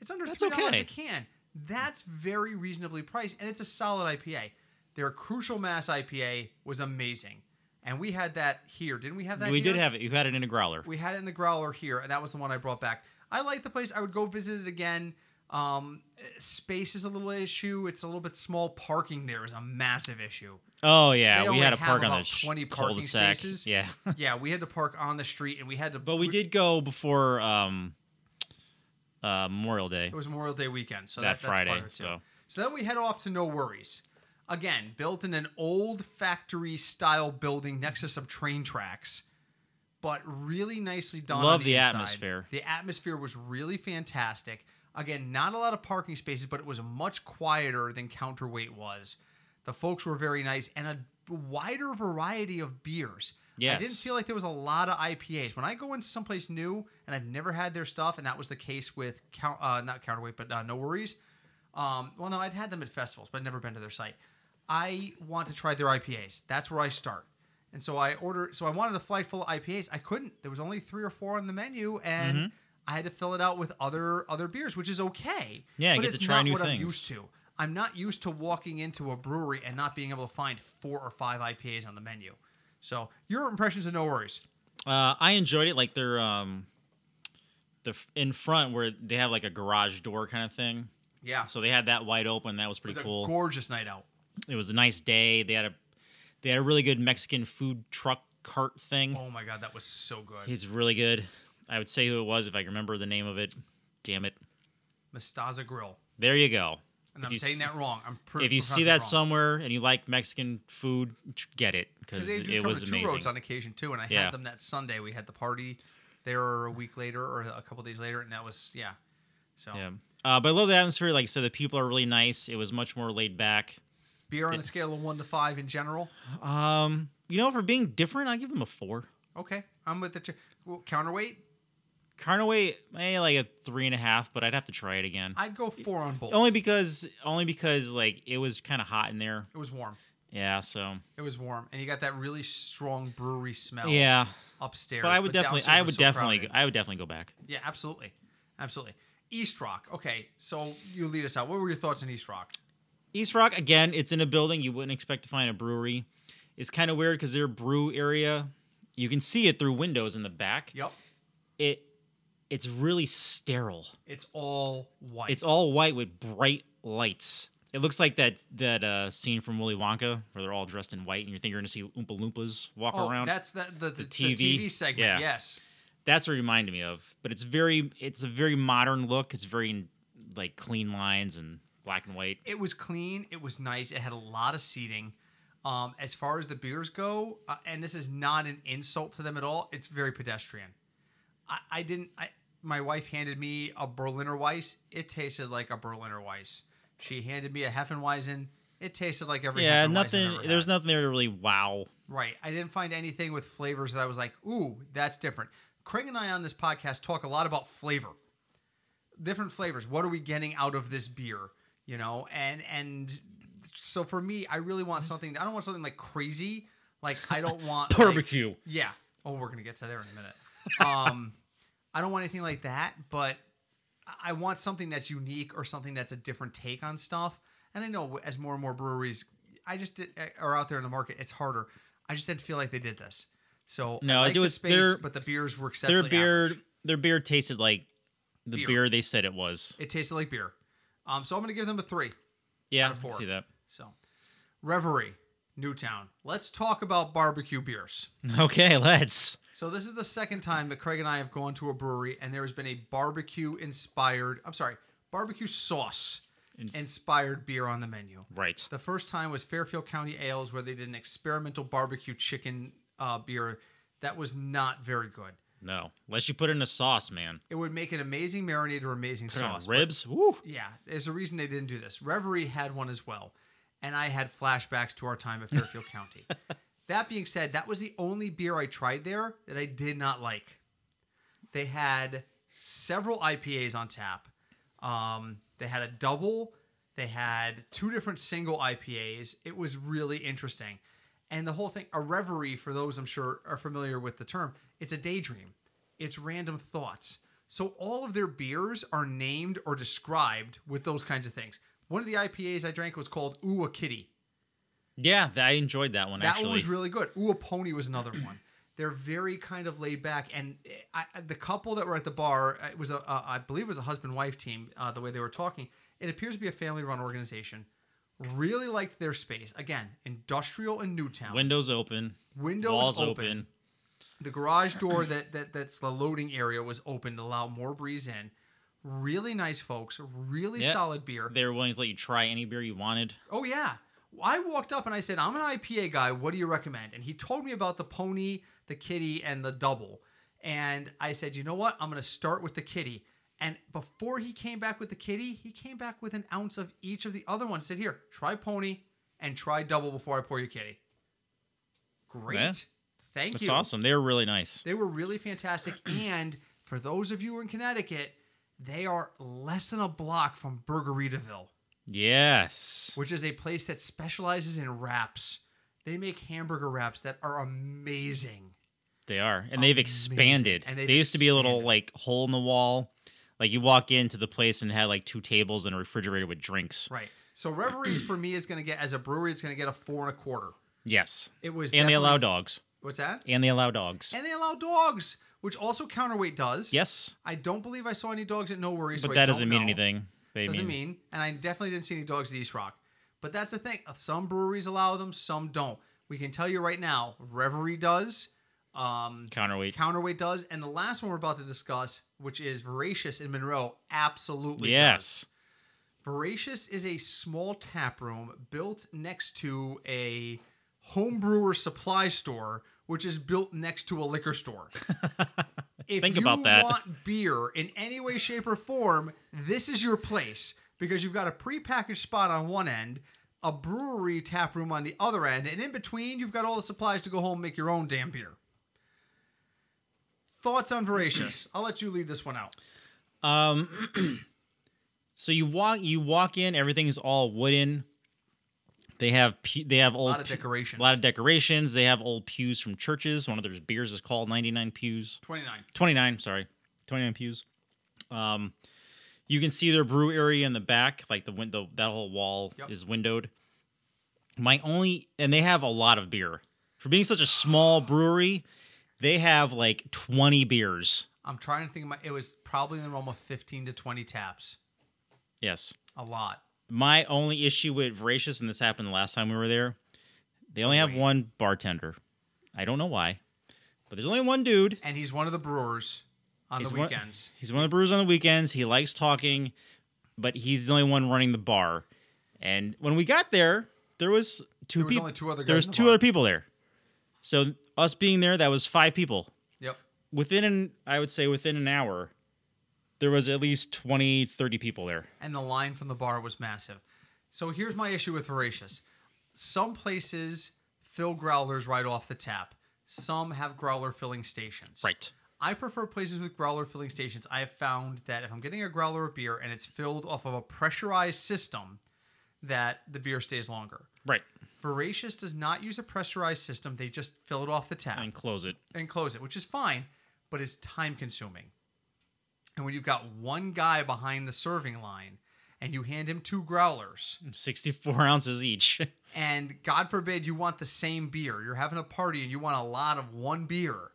Speaker 2: It's under
Speaker 1: That's
Speaker 2: three dollars
Speaker 1: okay.
Speaker 2: a can. That's very reasonably priced, and it's a solid IPA. Their Crucial Mass IPA was amazing, and we had that here, didn't we? Have that.
Speaker 1: We did
Speaker 2: here?
Speaker 1: have it. You had it in a growler.
Speaker 2: We had it in the growler here, and that was the one I brought back. I like the place. I would go visit it again. Um, eh, space is a little issue. It's a little bit small. Parking there is a massive issue.
Speaker 1: oh
Speaker 2: They
Speaker 1: yeah, we
Speaker 2: only
Speaker 1: had a
Speaker 2: have
Speaker 1: park on
Speaker 2: about
Speaker 1: the sh-
Speaker 2: 20 parking
Speaker 1: cul-de-sac.
Speaker 2: spaces.
Speaker 1: Yeah,
Speaker 2: yeah, we had to park on the street, and we had to.
Speaker 1: but we did go before um, uh, Memorial Day
Speaker 2: It was Memorial Day weekend, so
Speaker 1: that
Speaker 2: that, that's
Speaker 1: Friday.
Speaker 2: Part of it too.
Speaker 1: So
Speaker 2: So then we head off to No Worries. Again, built in an old factory style building next to some train tracks, but really nicely done. on
Speaker 1: Love the
Speaker 2: inside.
Speaker 1: atmosphere.
Speaker 2: The atmosphere was really fantastic. Again, not a lot of parking spaces, but it was much quieter than Counterweight was. The folks were very nice and a wider variety of beers. I didn't
Speaker 1: Yes.
Speaker 2: feel like there was a lot of IPAs. When I go into someplace new and I've never had their stuff, and that was the case with count, uh, not Counterweight, but uh, No Worries. Um, well, no, I'd had them at festivals, but I'd never been to their site. I want to try their IPAs. That's where I start. And so I ordered. So I wanted a flight full of IPAs. I couldn't. There was only three or four on the menu, and
Speaker 1: Mm-hmm.
Speaker 2: I had to fill it out with other other beers, which is okay.
Speaker 1: Yeah,
Speaker 2: but
Speaker 1: get to
Speaker 2: it's
Speaker 1: try
Speaker 2: not
Speaker 1: new
Speaker 2: what I'm
Speaker 1: things.
Speaker 2: used to. I'm not used to walking into a brewery and not being able to find four or five IPAs on the menu. So your impressions of No Worries.
Speaker 1: uh, I enjoyed it. Like they're um, the f- in front where they have like a garage door kind of thing.
Speaker 2: Yeah,
Speaker 1: So they had that wide open. That was
Speaker 2: it was
Speaker 1: pretty
Speaker 2: a
Speaker 1: cool.
Speaker 2: gorgeous night out.
Speaker 1: it was a nice day. They had a they had a really good Mexican food truck cart thing.
Speaker 2: Oh my god, that was so good.
Speaker 1: It's really good. I would say who it was if I can remember the name of it. Damn it.
Speaker 2: Mestaza Grill,
Speaker 1: There you go.
Speaker 2: and
Speaker 1: If
Speaker 2: I'm
Speaker 1: you
Speaker 2: saying
Speaker 1: s-
Speaker 2: that wrong. I'm pretty.
Speaker 1: If you see that somewhere and you like Mexican food, tr- get it because
Speaker 2: because they do
Speaker 1: it
Speaker 2: cover
Speaker 1: was
Speaker 2: two
Speaker 1: amazing.
Speaker 2: roads on occasion too, and I
Speaker 1: Yeah.
Speaker 2: had them that Sunday. We had the party there a week later or a couple days later, and that was yeah. So
Speaker 1: yeah. Uh, but I love the atmosphere. Like I said, the people are really nice. It was much more laid back.
Speaker 2: beer on a scale of one to five in general.
Speaker 1: Um, you know, for being different, I give them a four.
Speaker 2: Okay, I'm with the two. well, counterweight.
Speaker 1: Carnaway, eh, like a three and a half, but I'd have to try it again.
Speaker 2: I'd go four on both.
Speaker 1: only because, only because, like it was kind of hot in there.
Speaker 2: it was warm.
Speaker 1: Yeah. So
Speaker 2: It was warm, and you got that really strong brewery smell.
Speaker 1: yeah,
Speaker 2: upstairs.
Speaker 1: but I would definitely,
Speaker 2: Oh, downstairs
Speaker 1: I
Speaker 2: was
Speaker 1: would
Speaker 2: so
Speaker 1: definitely,
Speaker 2: crowded.
Speaker 1: go, I would definitely go back.
Speaker 2: Yeah, absolutely, absolutely. East Rock. Okay, so you lead us out. What were your thoughts on East Rock?
Speaker 1: East Rock again. It's in a building you wouldn't expect to find a brewery. It's kind of weird because their brew area, you can see it through windows in the back.
Speaker 2: Yep,
Speaker 1: It, it's really sterile.
Speaker 2: it's all white.
Speaker 1: It's all white with bright lights. It looks like that that uh, scene from Willy Wonka where they're all dressed in white and you think you're gonna see Oompa Loompas walk
Speaker 2: oh,
Speaker 1: around.
Speaker 2: That's the the, the, the
Speaker 1: TV.
Speaker 2: TV. segment.
Speaker 1: Yeah.
Speaker 2: Yes.
Speaker 1: That's what it reminded me of. But it's very, it's a very modern look. It's very like clean lines and black and white.
Speaker 2: It was clean. It was nice. It had a lot of seating. Um, as far as the beers go, uh, and this is not an insult to them at all, it's very pedestrian. I, I didn't. I my wife handed me a Berliner Weiss. It tasted like a Berliner Weiss. She handed me a Heffenweizen. It tasted like every
Speaker 1: yeah,
Speaker 2: Hefeweizen I've
Speaker 1: nothing.
Speaker 2: ever
Speaker 1: There's
Speaker 2: had.
Speaker 1: nothing there to really wow.
Speaker 2: Right. I didn't find anything with flavors that I was like, ooh, that's different. Craig and I on this podcast talk a lot about flavor. Different flavors. What are we getting out of this beer? You know, and and so for me, I really want something I don't want something like crazy. Like I don't want like-
Speaker 1: Barbecue.
Speaker 2: yeah. Oh, we're gonna get to there in a minute. Um I don't want anything like that, but I- I want something that's unique or something that's a different take on stuff. And I know as more and more breweries, I just did, eh, are out there in the market, it's harder. I just didn't feel like they did this. So
Speaker 1: No, I
Speaker 2: I like
Speaker 1: do-
Speaker 2: the
Speaker 1: it's
Speaker 2: space,
Speaker 1: their-
Speaker 2: but the beers were
Speaker 1: Their
Speaker 2: exceptionally
Speaker 1: beer,
Speaker 2: average.
Speaker 1: their beer tasted like the
Speaker 2: Beer.
Speaker 1: beer, they said it was.
Speaker 2: It tasted like beer. Um, so I'm gonna give them a three.
Speaker 1: Yeah,
Speaker 2: of
Speaker 1: I
Speaker 2: four.
Speaker 1: see that.
Speaker 2: So, Reverie, Newtown. Let's talk about barbecue beers.
Speaker 1: Okay, let's.
Speaker 2: So this is the second time that Craig and I have gone to a brewery and there has been a barbecue inspired, I'm sorry, barbecue sauce inspired beer on the menu.
Speaker 1: Right.
Speaker 2: The first time was Fairfield County Ales where they did an experimental barbecue chicken uh, beer that was not very good.
Speaker 1: No, unless you put it in a sauce, man.
Speaker 2: It would make an amazing marinade or amazing
Speaker 1: Put it on
Speaker 2: sauce. but-
Speaker 1: ribs. Woo.
Speaker 2: yeah, there's a reason they didn't do this. Reverie had one as well, and I had flashbacks to our time at Fairfield County. That being said, that was the only beer I tried there that I did not like. They had several IPAs on tap. Um, they had a double. They had two different single IPAs. It was really interesting. And the whole thing, a reverie, for those I'm sure are familiar with the term, it's a daydream, it's random thoughts. So all of their beers are named or described with those kinds of things. One of the IPAs I drank was called Ooh a Kitty.
Speaker 1: Yeah, th- I enjoyed that one
Speaker 2: That
Speaker 1: actually.
Speaker 2: one was really good. Ooh, a pony was another one. They're very kind of laid back, and I, I- the couple that were at the bar uh, it was a, a I believe it was a husband wife team. Uh, the way they were talking, it appears to be a family run organization. Really liked their space. Again, industrial in Newtown.
Speaker 1: Windows open.
Speaker 2: Windows
Speaker 1: walls
Speaker 2: open.
Speaker 1: open.
Speaker 2: The garage door that, that that's the loading area was open to allow more breeze in. Really nice folks. Really
Speaker 1: Yeah.
Speaker 2: solid beer.
Speaker 1: They were willing to let you try any beer you wanted.
Speaker 2: Oh yeah. I walked up and I said, "I'm an IPA guy. What do you recommend?" And he told me about the pony, the kitty, and the double. And I said, "You know what? I'm going to start with the kitty." And before he came back with the kitty, he came back with an ounce of each of the other ones. Said, "Here, try pony and try double before I pour your kitty." Great.
Speaker 1: Yeah.
Speaker 2: Thank
Speaker 1: That's
Speaker 2: you.
Speaker 1: awesome. They were really nice.
Speaker 2: They were really fantastic. And for those of you who are in Connecticut, they are less than a block from Burgeritaville
Speaker 1: Yes.
Speaker 2: which is a place that specializes in wraps. They make hamburger wraps that are amazing.
Speaker 1: They are. And they've expanded.
Speaker 2: And they've
Speaker 1: they used to be a little
Speaker 2: expanded.
Speaker 1: like hole in the wall. Like you walk into the place and had like two tables and a refrigerator with drinks.
Speaker 2: Right. So Reveries for me is going to get as a brewery, it's going to get a four and a quarter.
Speaker 1: Yes.
Speaker 2: It was
Speaker 1: And they allow
Speaker 2: definitely-
Speaker 1: dogs.
Speaker 2: What's that?
Speaker 1: And they allow dogs.
Speaker 2: And they allow dogs, which also counterweight does.
Speaker 1: yes.
Speaker 2: I don't believe I saw any dogs at No Worries. so
Speaker 1: But
Speaker 2: I
Speaker 1: that
Speaker 2: don't
Speaker 1: doesn't mean
Speaker 2: know.
Speaker 1: anything. They
Speaker 2: Doesn't
Speaker 1: mean,
Speaker 2: mean. and I definitely didn't see any dogs at East Rock. But that's the thing. Some breweries allow them, some don't. We can tell you right now, Reverie does. Um,
Speaker 1: counterweight.
Speaker 2: Counterweight does. And the last one we're about to discuss, which is Voracious in Monroe, absolutely
Speaker 1: yes.
Speaker 2: does. Voracious is a small tap room built next to a homebrewer supply store, which is built next to a liquor store. if
Speaker 1: Think
Speaker 2: you
Speaker 1: about that.
Speaker 2: want beer in any way, shape, or form, this is your place because you've got a prepackaged spot on one end, a brewery tap room on the other end, and in between, you've got all the supplies to go home and make your own damn beer. Thoughts on Voracious? I'll let you lead this one out.
Speaker 1: Um, so you walk you walk in. Everything's all wooden. They have pu- they have
Speaker 2: A
Speaker 1: old
Speaker 2: lot of
Speaker 1: pu-
Speaker 2: decorations.
Speaker 1: a lot of decorations. They have old pews from churches. One of their beers is called ninety nine pews.
Speaker 2: 29.
Speaker 1: 29 sorry 29 pews um you can see their brew area in the back like the window that whole wall
Speaker 2: Yep.
Speaker 1: is windowed my only and they have a lot of beer for being such a small brewery they have like 20 beers
Speaker 2: I'm trying to think. Of my, it was probably in the realm of 15 to 20 taps.
Speaker 1: yes
Speaker 2: A lot.
Speaker 1: my only issue with voracious and this happened the last time we were there they only have
Speaker 2: Wait.
Speaker 1: one bartender i don't know why but there's only one dude
Speaker 2: And he's one of the brewers on
Speaker 1: He's
Speaker 2: the
Speaker 1: one-
Speaker 2: weekends.
Speaker 1: He's one of the brewers on the weekends. He likes talking, but he's the only one running the bar. And when we got there, there was two
Speaker 2: There was
Speaker 1: people.
Speaker 2: only two other guys.
Speaker 1: There was
Speaker 2: in the
Speaker 1: two
Speaker 2: bar.
Speaker 1: other people there. So us being there, that was five people.
Speaker 2: Yep.
Speaker 1: Within an, I would say within an hour, there was at least 20, 30 people there.
Speaker 2: and the line from the bar was massive. So here's my issue with Voracious. Some places fill growlers right off the tap. Some have growler filling stations.
Speaker 1: Right.
Speaker 2: I prefer places with growler filling stations. I have found that if I'm getting a growler of beer and it's filled off of a pressurized system, that the beer stays longer.
Speaker 1: Right.
Speaker 2: Voracious does not use a pressurized system. They just fill it off the tap
Speaker 1: And close it.
Speaker 2: and close it, which is fine, but it's time consuming. And when you've got one guy behind the serving line and you hand him two growlers,
Speaker 1: 64 ounces each.
Speaker 2: and God forbid you want the same beer, you're having a party and you want a lot of one beer,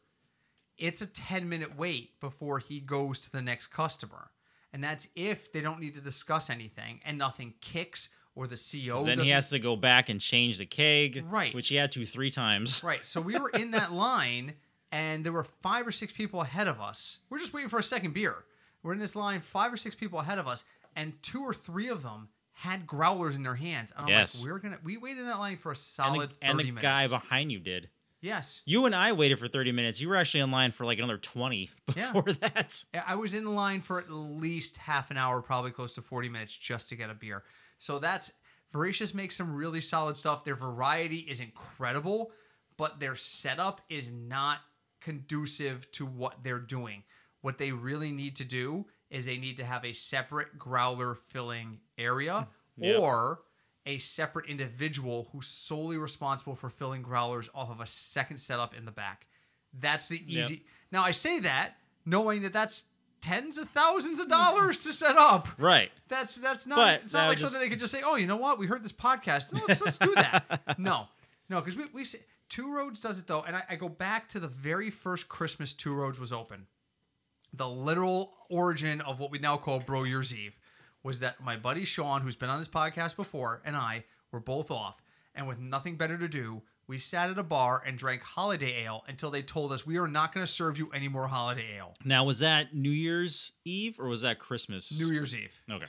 Speaker 2: it's a 10 minute wait before he goes to the next customer. And that's if they don't need to discuss anything and nothing kicks or the CO
Speaker 1: then
Speaker 2: Oh, doesn't
Speaker 1: he has to go back and change the keg.
Speaker 2: Right.
Speaker 1: Which he had to three times.
Speaker 2: Right. So we were in that line, and there were five or six people ahead of us. We're just waiting for a second beer. We're in this line, five or six people ahead of us, and two or three of them had growlers in their hands. And I'm
Speaker 1: Yes.
Speaker 2: like, we're gonna. We waited in that line for a
Speaker 1: And the-
Speaker 2: solid
Speaker 1: and the,
Speaker 2: thirty minutes.
Speaker 1: guy behind you did.
Speaker 2: yes.
Speaker 1: You and I waited for 30 minutes. You were actually in line for like another 20
Speaker 2: Yeah.
Speaker 1: before that.
Speaker 2: I- I was in line for at least half an hour, probably close to 40 minutes, just to get a beer. So that's Voracious makes some really solid stuff. Their variety is incredible, but their setup is not conducive to what they're doing. What they really need to do is they need to have a separate growler filling area
Speaker 1: Yep.
Speaker 2: or a separate individual who's solely responsible for filling growlers off of a second setup in the back. That's the
Speaker 1: Yep.
Speaker 2: easy. Now I say that knowing that that's tens of thousands of dollars to set up.
Speaker 1: Right.
Speaker 2: That's that's not
Speaker 1: But
Speaker 2: it's not
Speaker 1: now
Speaker 2: like
Speaker 1: just-
Speaker 2: something they could just say, oh, you know what? We heard this podcast. Let's, let's do that. No, no, because we we Two Roads does it though, and I, I go back to the very first Christmas Two Roads was open. The literal origin of what we now call Bro Year's Eve was that my buddy Sean, who's been on this podcast before, and I were both off, and with nothing better to do, we sat at a bar and drank holiday ale until they told us we are not going to serve you any more holiday ale.
Speaker 1: Now, was that New Year's Eve or was that Christmas?
Speaker 2: New Year's Eve.
Speaker 1: Okay.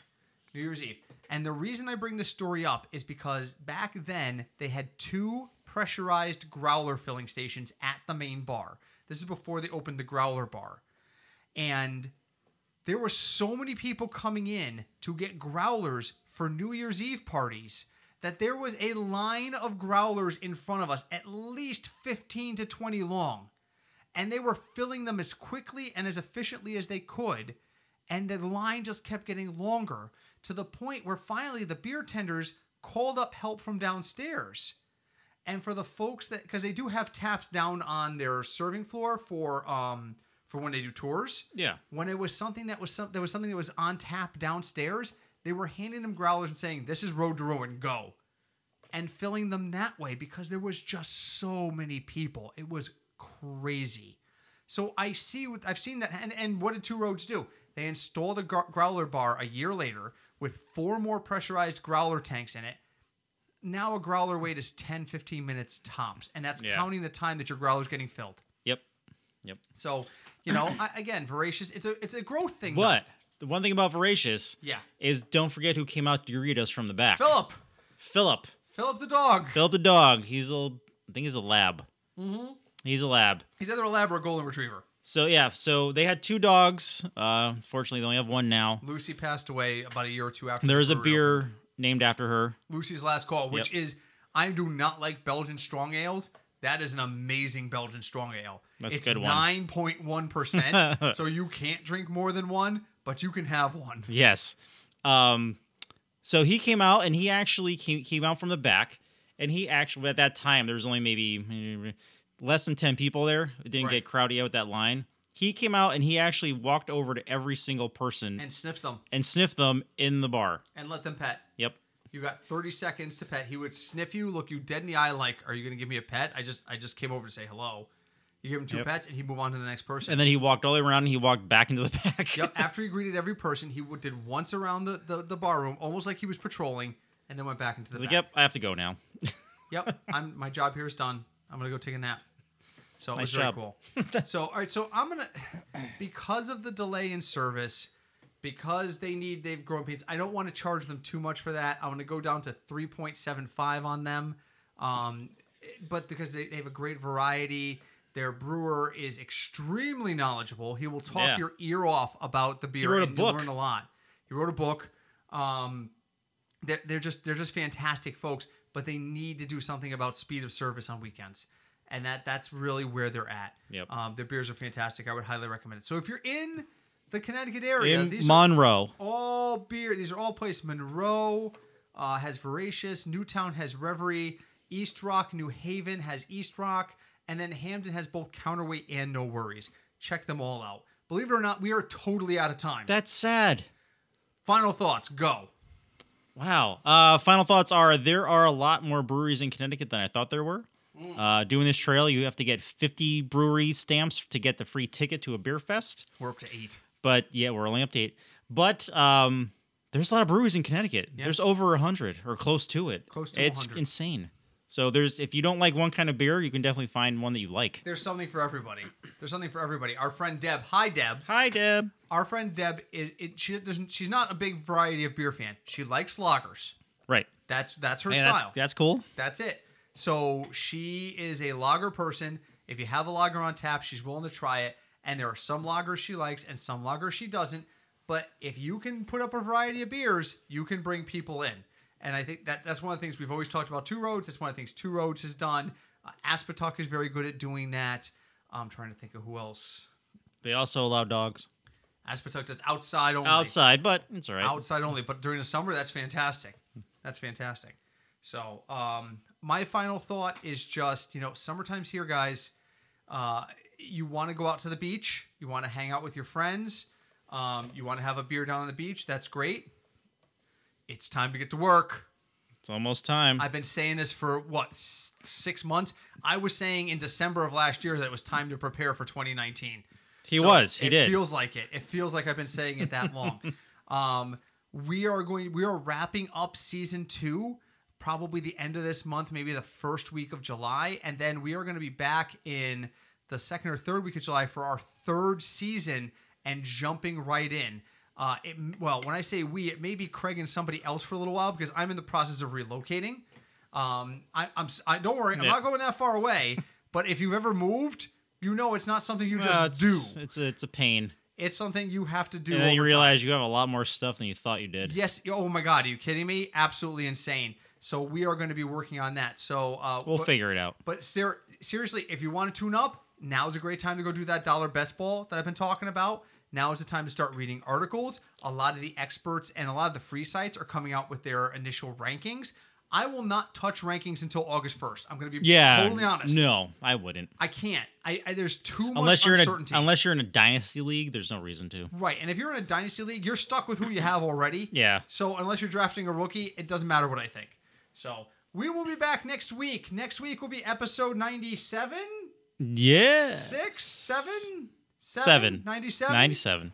Speaker 2: New Year's Eve. And the reason I bring this story up is because back then they had two pressurized growler filling stations at the main bar. This is before they opened the growler bar. And there were so many people coming in to get growlers for New Year's Eve parties that there was a line of growlers in front of us, at least 15 to 20 long and they were filling them as quickly and as efficiently as they could and the line just kept getting longer to the point where finally the beer tenders called up help from downstairs and for the folks that because they do have taps down on their serving floor for um for when they do tours
Speaker 1: Yeah.
Speaker 2: when it was something that was some, there was something that was on tap downstairs they were handing them growlers and saying this is road to ruin go and filling them that way because there was just so many people. It was crazy. So I see what I've seen that. And, and what did Two Roads do? They installed a gr- growler bar a year later with four more pressurized growler tanks in it. Now a growler wait is 10, 15 minutes tops. And that's
Speaker 1: Yeah.
Speaker 2: counting the time that your growler's getting filled.
Speaker 1: Yep.
Speaker 2: So, you know, I, again, voracious. It's a it's a growth thing. though.
Speaker 1: But the one thing about Voracious
Speaker 2: Yeah.
Speaker 1: is don't forget who came out to greet us from the back.
Speaker 2: Philip,
Speaker 1: Philip.
Speaker 2: Philip the dog.
Speaker 1: Philip the dog. He's a little, I think he's a lab. Mm-hmm. He's a lab.
Speaker 2: He's either a lab or a golden retriever.
Speaker 1: So yeah, so they had two dogs. Uh, fortunately, they only have one now.
Speaker 2: Lucy passed away about a year or two after. the
Speaker 1: There is a
Speaker 2: brewery
Speaker 1: beer named after her.
Speaker 2: Lucy's Last Call, which is I do not like Belgian strong ales. That is an amazing Belgian strong ale.
Speaker 1: That's a
Speaker 2: it's
Speaker 1: good one.
Speaker 2: Nine point one percent. So you can't drink more than one, but you can have one.
Speaker 1: Yes. Um, so he came out and he actually came, came out from the back. And he actually, at that time, there was only maybe eh, less than 10 people there. It didn't
Speaker 2: Right.
Speaker 1: get crowded out with that line. He came out and he actually walked over to every single person and,
Speaker 2: And sniff them
Speaker 1: sniffed them in the bar.
Speaker 2: and let them pet.
Speaker 1: Yep.
Speaker 2: You got thirty seconds to pet. He would sniff you, look you dead in the eye, like, "Are you gonna give me a pet?" I just, I just came over to say hello. You give him two
Speaker 1: Yep.
Speaker 2: pets, and he move on to the next person.
Speaker 1: And then he walked all the way around and he walked back into the back.
Speaker 2: yep. After he greeted every person, he w- did once around the, the the bar room, almost like he was patrolling, and then went back into the.
Speaker 1: He's like,
Speaker 2: back.
Speaker 1: yep, I have to go now.
Speaker 2: yep, I'm my job here is done. I'm gonna go take a nap. So it was
Speaker 1: Nice
Speaker 2: very
Speaker 1: job.
Speaker 2: cool. so all right, so I'm gonna because of the delay in service, because they need they've grown pains. I don't want to charge them too much for that. I'm gonna go down to 3.75 on them. Um, but because they, they have a great variety, their brewer is extremely knowledgeable. He will talk
Speaker 1: Yeah.
Speaker 2: your ear off about the beer.
Speaker 1: wrote a
Speaker 2: and
Speaker 1: book.
Speaker 2: You learn a lot. He wrote a book. Um, they're, they're just they're just fantastic folks, but they need to do something about speed of service on weekends, and that that's really where they're at.
Speaker 1: Yep.
Speaker 2: Um, their beers are fantastic. I would highly recommend it. So if you're in the Connecticut area,
Speaker 1: in
Speaker 2: these are
Speaker 1: Monroe.
Speaker 2: all beer. These are all places. Monroe uh, has Voracious. Newtown has Reverie. East Rock, New Haven has East Rock, and then Hamden has both Counterweight and No Worries. Check them all out. Believe it or not, we are totally out of time.
Speaker 1: That's sad.
Speaker 2: Final thoughts. Go.
Speaker 1: Wow. Uh, final thoughts are there are a lot more breweries in Connecticut than I thought there were.
Speaker 2: Mm.
Speaker 1: Uh, doing this trail, you have to get 50 brewery stamps to get the free ticket to a beer fest.
Speaker 2: We're up to eight.
Speaker 1: But yeah, we're only up to eight. But um, there's a lot of breweries in Connecticut. There's over 100 or close to it.
Speaker 2: Close to
Speaker 1: It's
Speaker 2: 100.
Speaker 1: insane. So there's if you don't like one kind of beer, you can definitely find one that you like.
Speaker 2: There's something for everybody. There's something for everybody. Our friend Deb. Hi, Deb.
Speaker 1: Hi, Deb.
Speaker 2: Our friend Deb. Is, it, she doesn't. She's not a big variety of beer fan. She likes lagers.
Speaker 1: Right.
Speaker 2: That's that's her
Speaker 1: Hey,
Speaker 2: style.
Speaker 1: that's, that's cool.
Speaker 2: That's it. So she is a lager person. If you have a lager on tap, she's willing to try it. And there are some lagers she likes and some lagers she doesn't. But if you can put up a variety of beers, you can bring people in. And I think that that's one of the things we've always talked about. Two Roads. That's one of the things Two Roads has done. Uh, Aspetuck is very good at doing that. I'm trying to think of who else.
Speaker 1: They also allow dogs
Speaker 2: Aspetuck does outside only
Speaker 1: outside, but it's all right.
Speaker 2: outside only but during the summer that's fantastic that's fantastic so um my final thought is just you know summertime's here guys uh you want to go out to the beach you want to hang out with your friends um you want to have a beer down on the beach that's great it's time to get to work
Speaker 1: It's almost time.
Speaker 2: I've been saying this for what s- six months. I was saying in December of last year that it was time to prepare for 2019.
Speaker 1: he
Speaker 2: So
Speaker 1: was. He
Speaker 2: it
Speaker 1: did.
Speaker 2: Feels like it. It feels like I've been saying it that long. um, we are going. We are wrapping up season two, probably the end of this month, maybe the first week of July, and then we are going to be back in the second or third week of July for our third season and jumping right in. Uh, it, well, when I say we, it may be Craig and somebody else for a little while because I'm in the process of relocating. Um, I, I'm. s- I, don't worry, I'm
Speaker 1: Yeah.
Speaker 2: not going that far away. but if you've ever moved, you know it's not something you just
Speaker 1: Well,
Speaker 2: do.
Speaker 1: it's, It's a, it's a pain.
Speaker 2: It's something you have to do.
Speaker 1: And then you
Speaker 2: over time.
Speaker 1: realize you have a lot more stuff than you thought you did.
Speaker 2: Yes. Oh my God. Are you kidding me? Absolutely insane. So we are going to be working on that. So uh,
Speaker 1: We'll
Speaker 2: but,
Speaker 1: figure it out.
Speaker 2: But ser- seriously, if you want to tune up, now's a great time to go do that dollar best ball that I've been talking about. Now is the time to start reading articles. A lot of the experts and a lot of the free sites are coming out with their initial rankings. I will not touch rankings until August 1st. I'm going to be
Speaker 1: Yeah.
Speaker 2: totally honest.
Speaker 1: No, I wouldn't.
Speaker 2: I can't. I, I there's too much
Speaker 1: Unless you're in a
Speaker 2: uncertainty.
Speaker 1: unless you're in a dynasty league, there's no reason to.
Speaker 2: Right, and if you're in a dynasty league, you're stuck with who you have already.
Speaker 1: Yeah.
Speaker 2: So unless you're drafting a rookie, it doesn't matter what I think. So we will be back next week. Next week will be episode 97,
Speaker 1: Yeah.
Speaker 2: 6, 7,
Speaker 1: Seven.
Speaker 2: 97.
Speaker 1: 97.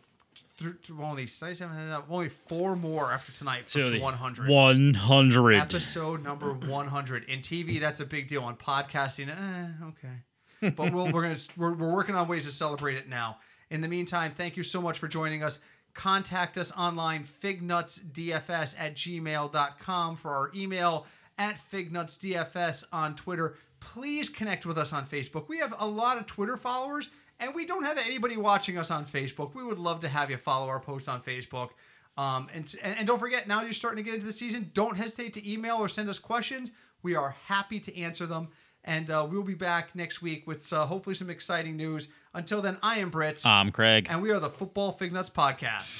Speaker 2: Th- th- only 97, only four more after tonight for to
Speaker 1: the
Speaker 2: 100.
Speaker 1: 100.
Speaker 2: Episode number 100 in TV. That's a big deal. On podcasting, eh, okay. But we'll, we're gonna we're, we're working on ways to celebrate it now. In the meantime, thank you so much for joining us. Contact us online, fignutsdfs at gmail.com for our email, at fignutsdfs on Twitter. Please connect with us on Facebook. We have a lot of Twitter followers, and we don't have anybody watching us on Facebook. We would love to have you follow our posts on Facebook. Um, and, and and don't forget, now you're starting to get into the season. Don't hesitate to email or send us questions. We are happy to answer them. And uh, we'll be back next week with uh, hopefully some exciting news.
Speaker 1: Uh.
Speaker 2: Until then, I am Britt,
Speaker 1: I'm Um, Craig.
Speaker 2: and we are the Football Fig Nuts Podcast.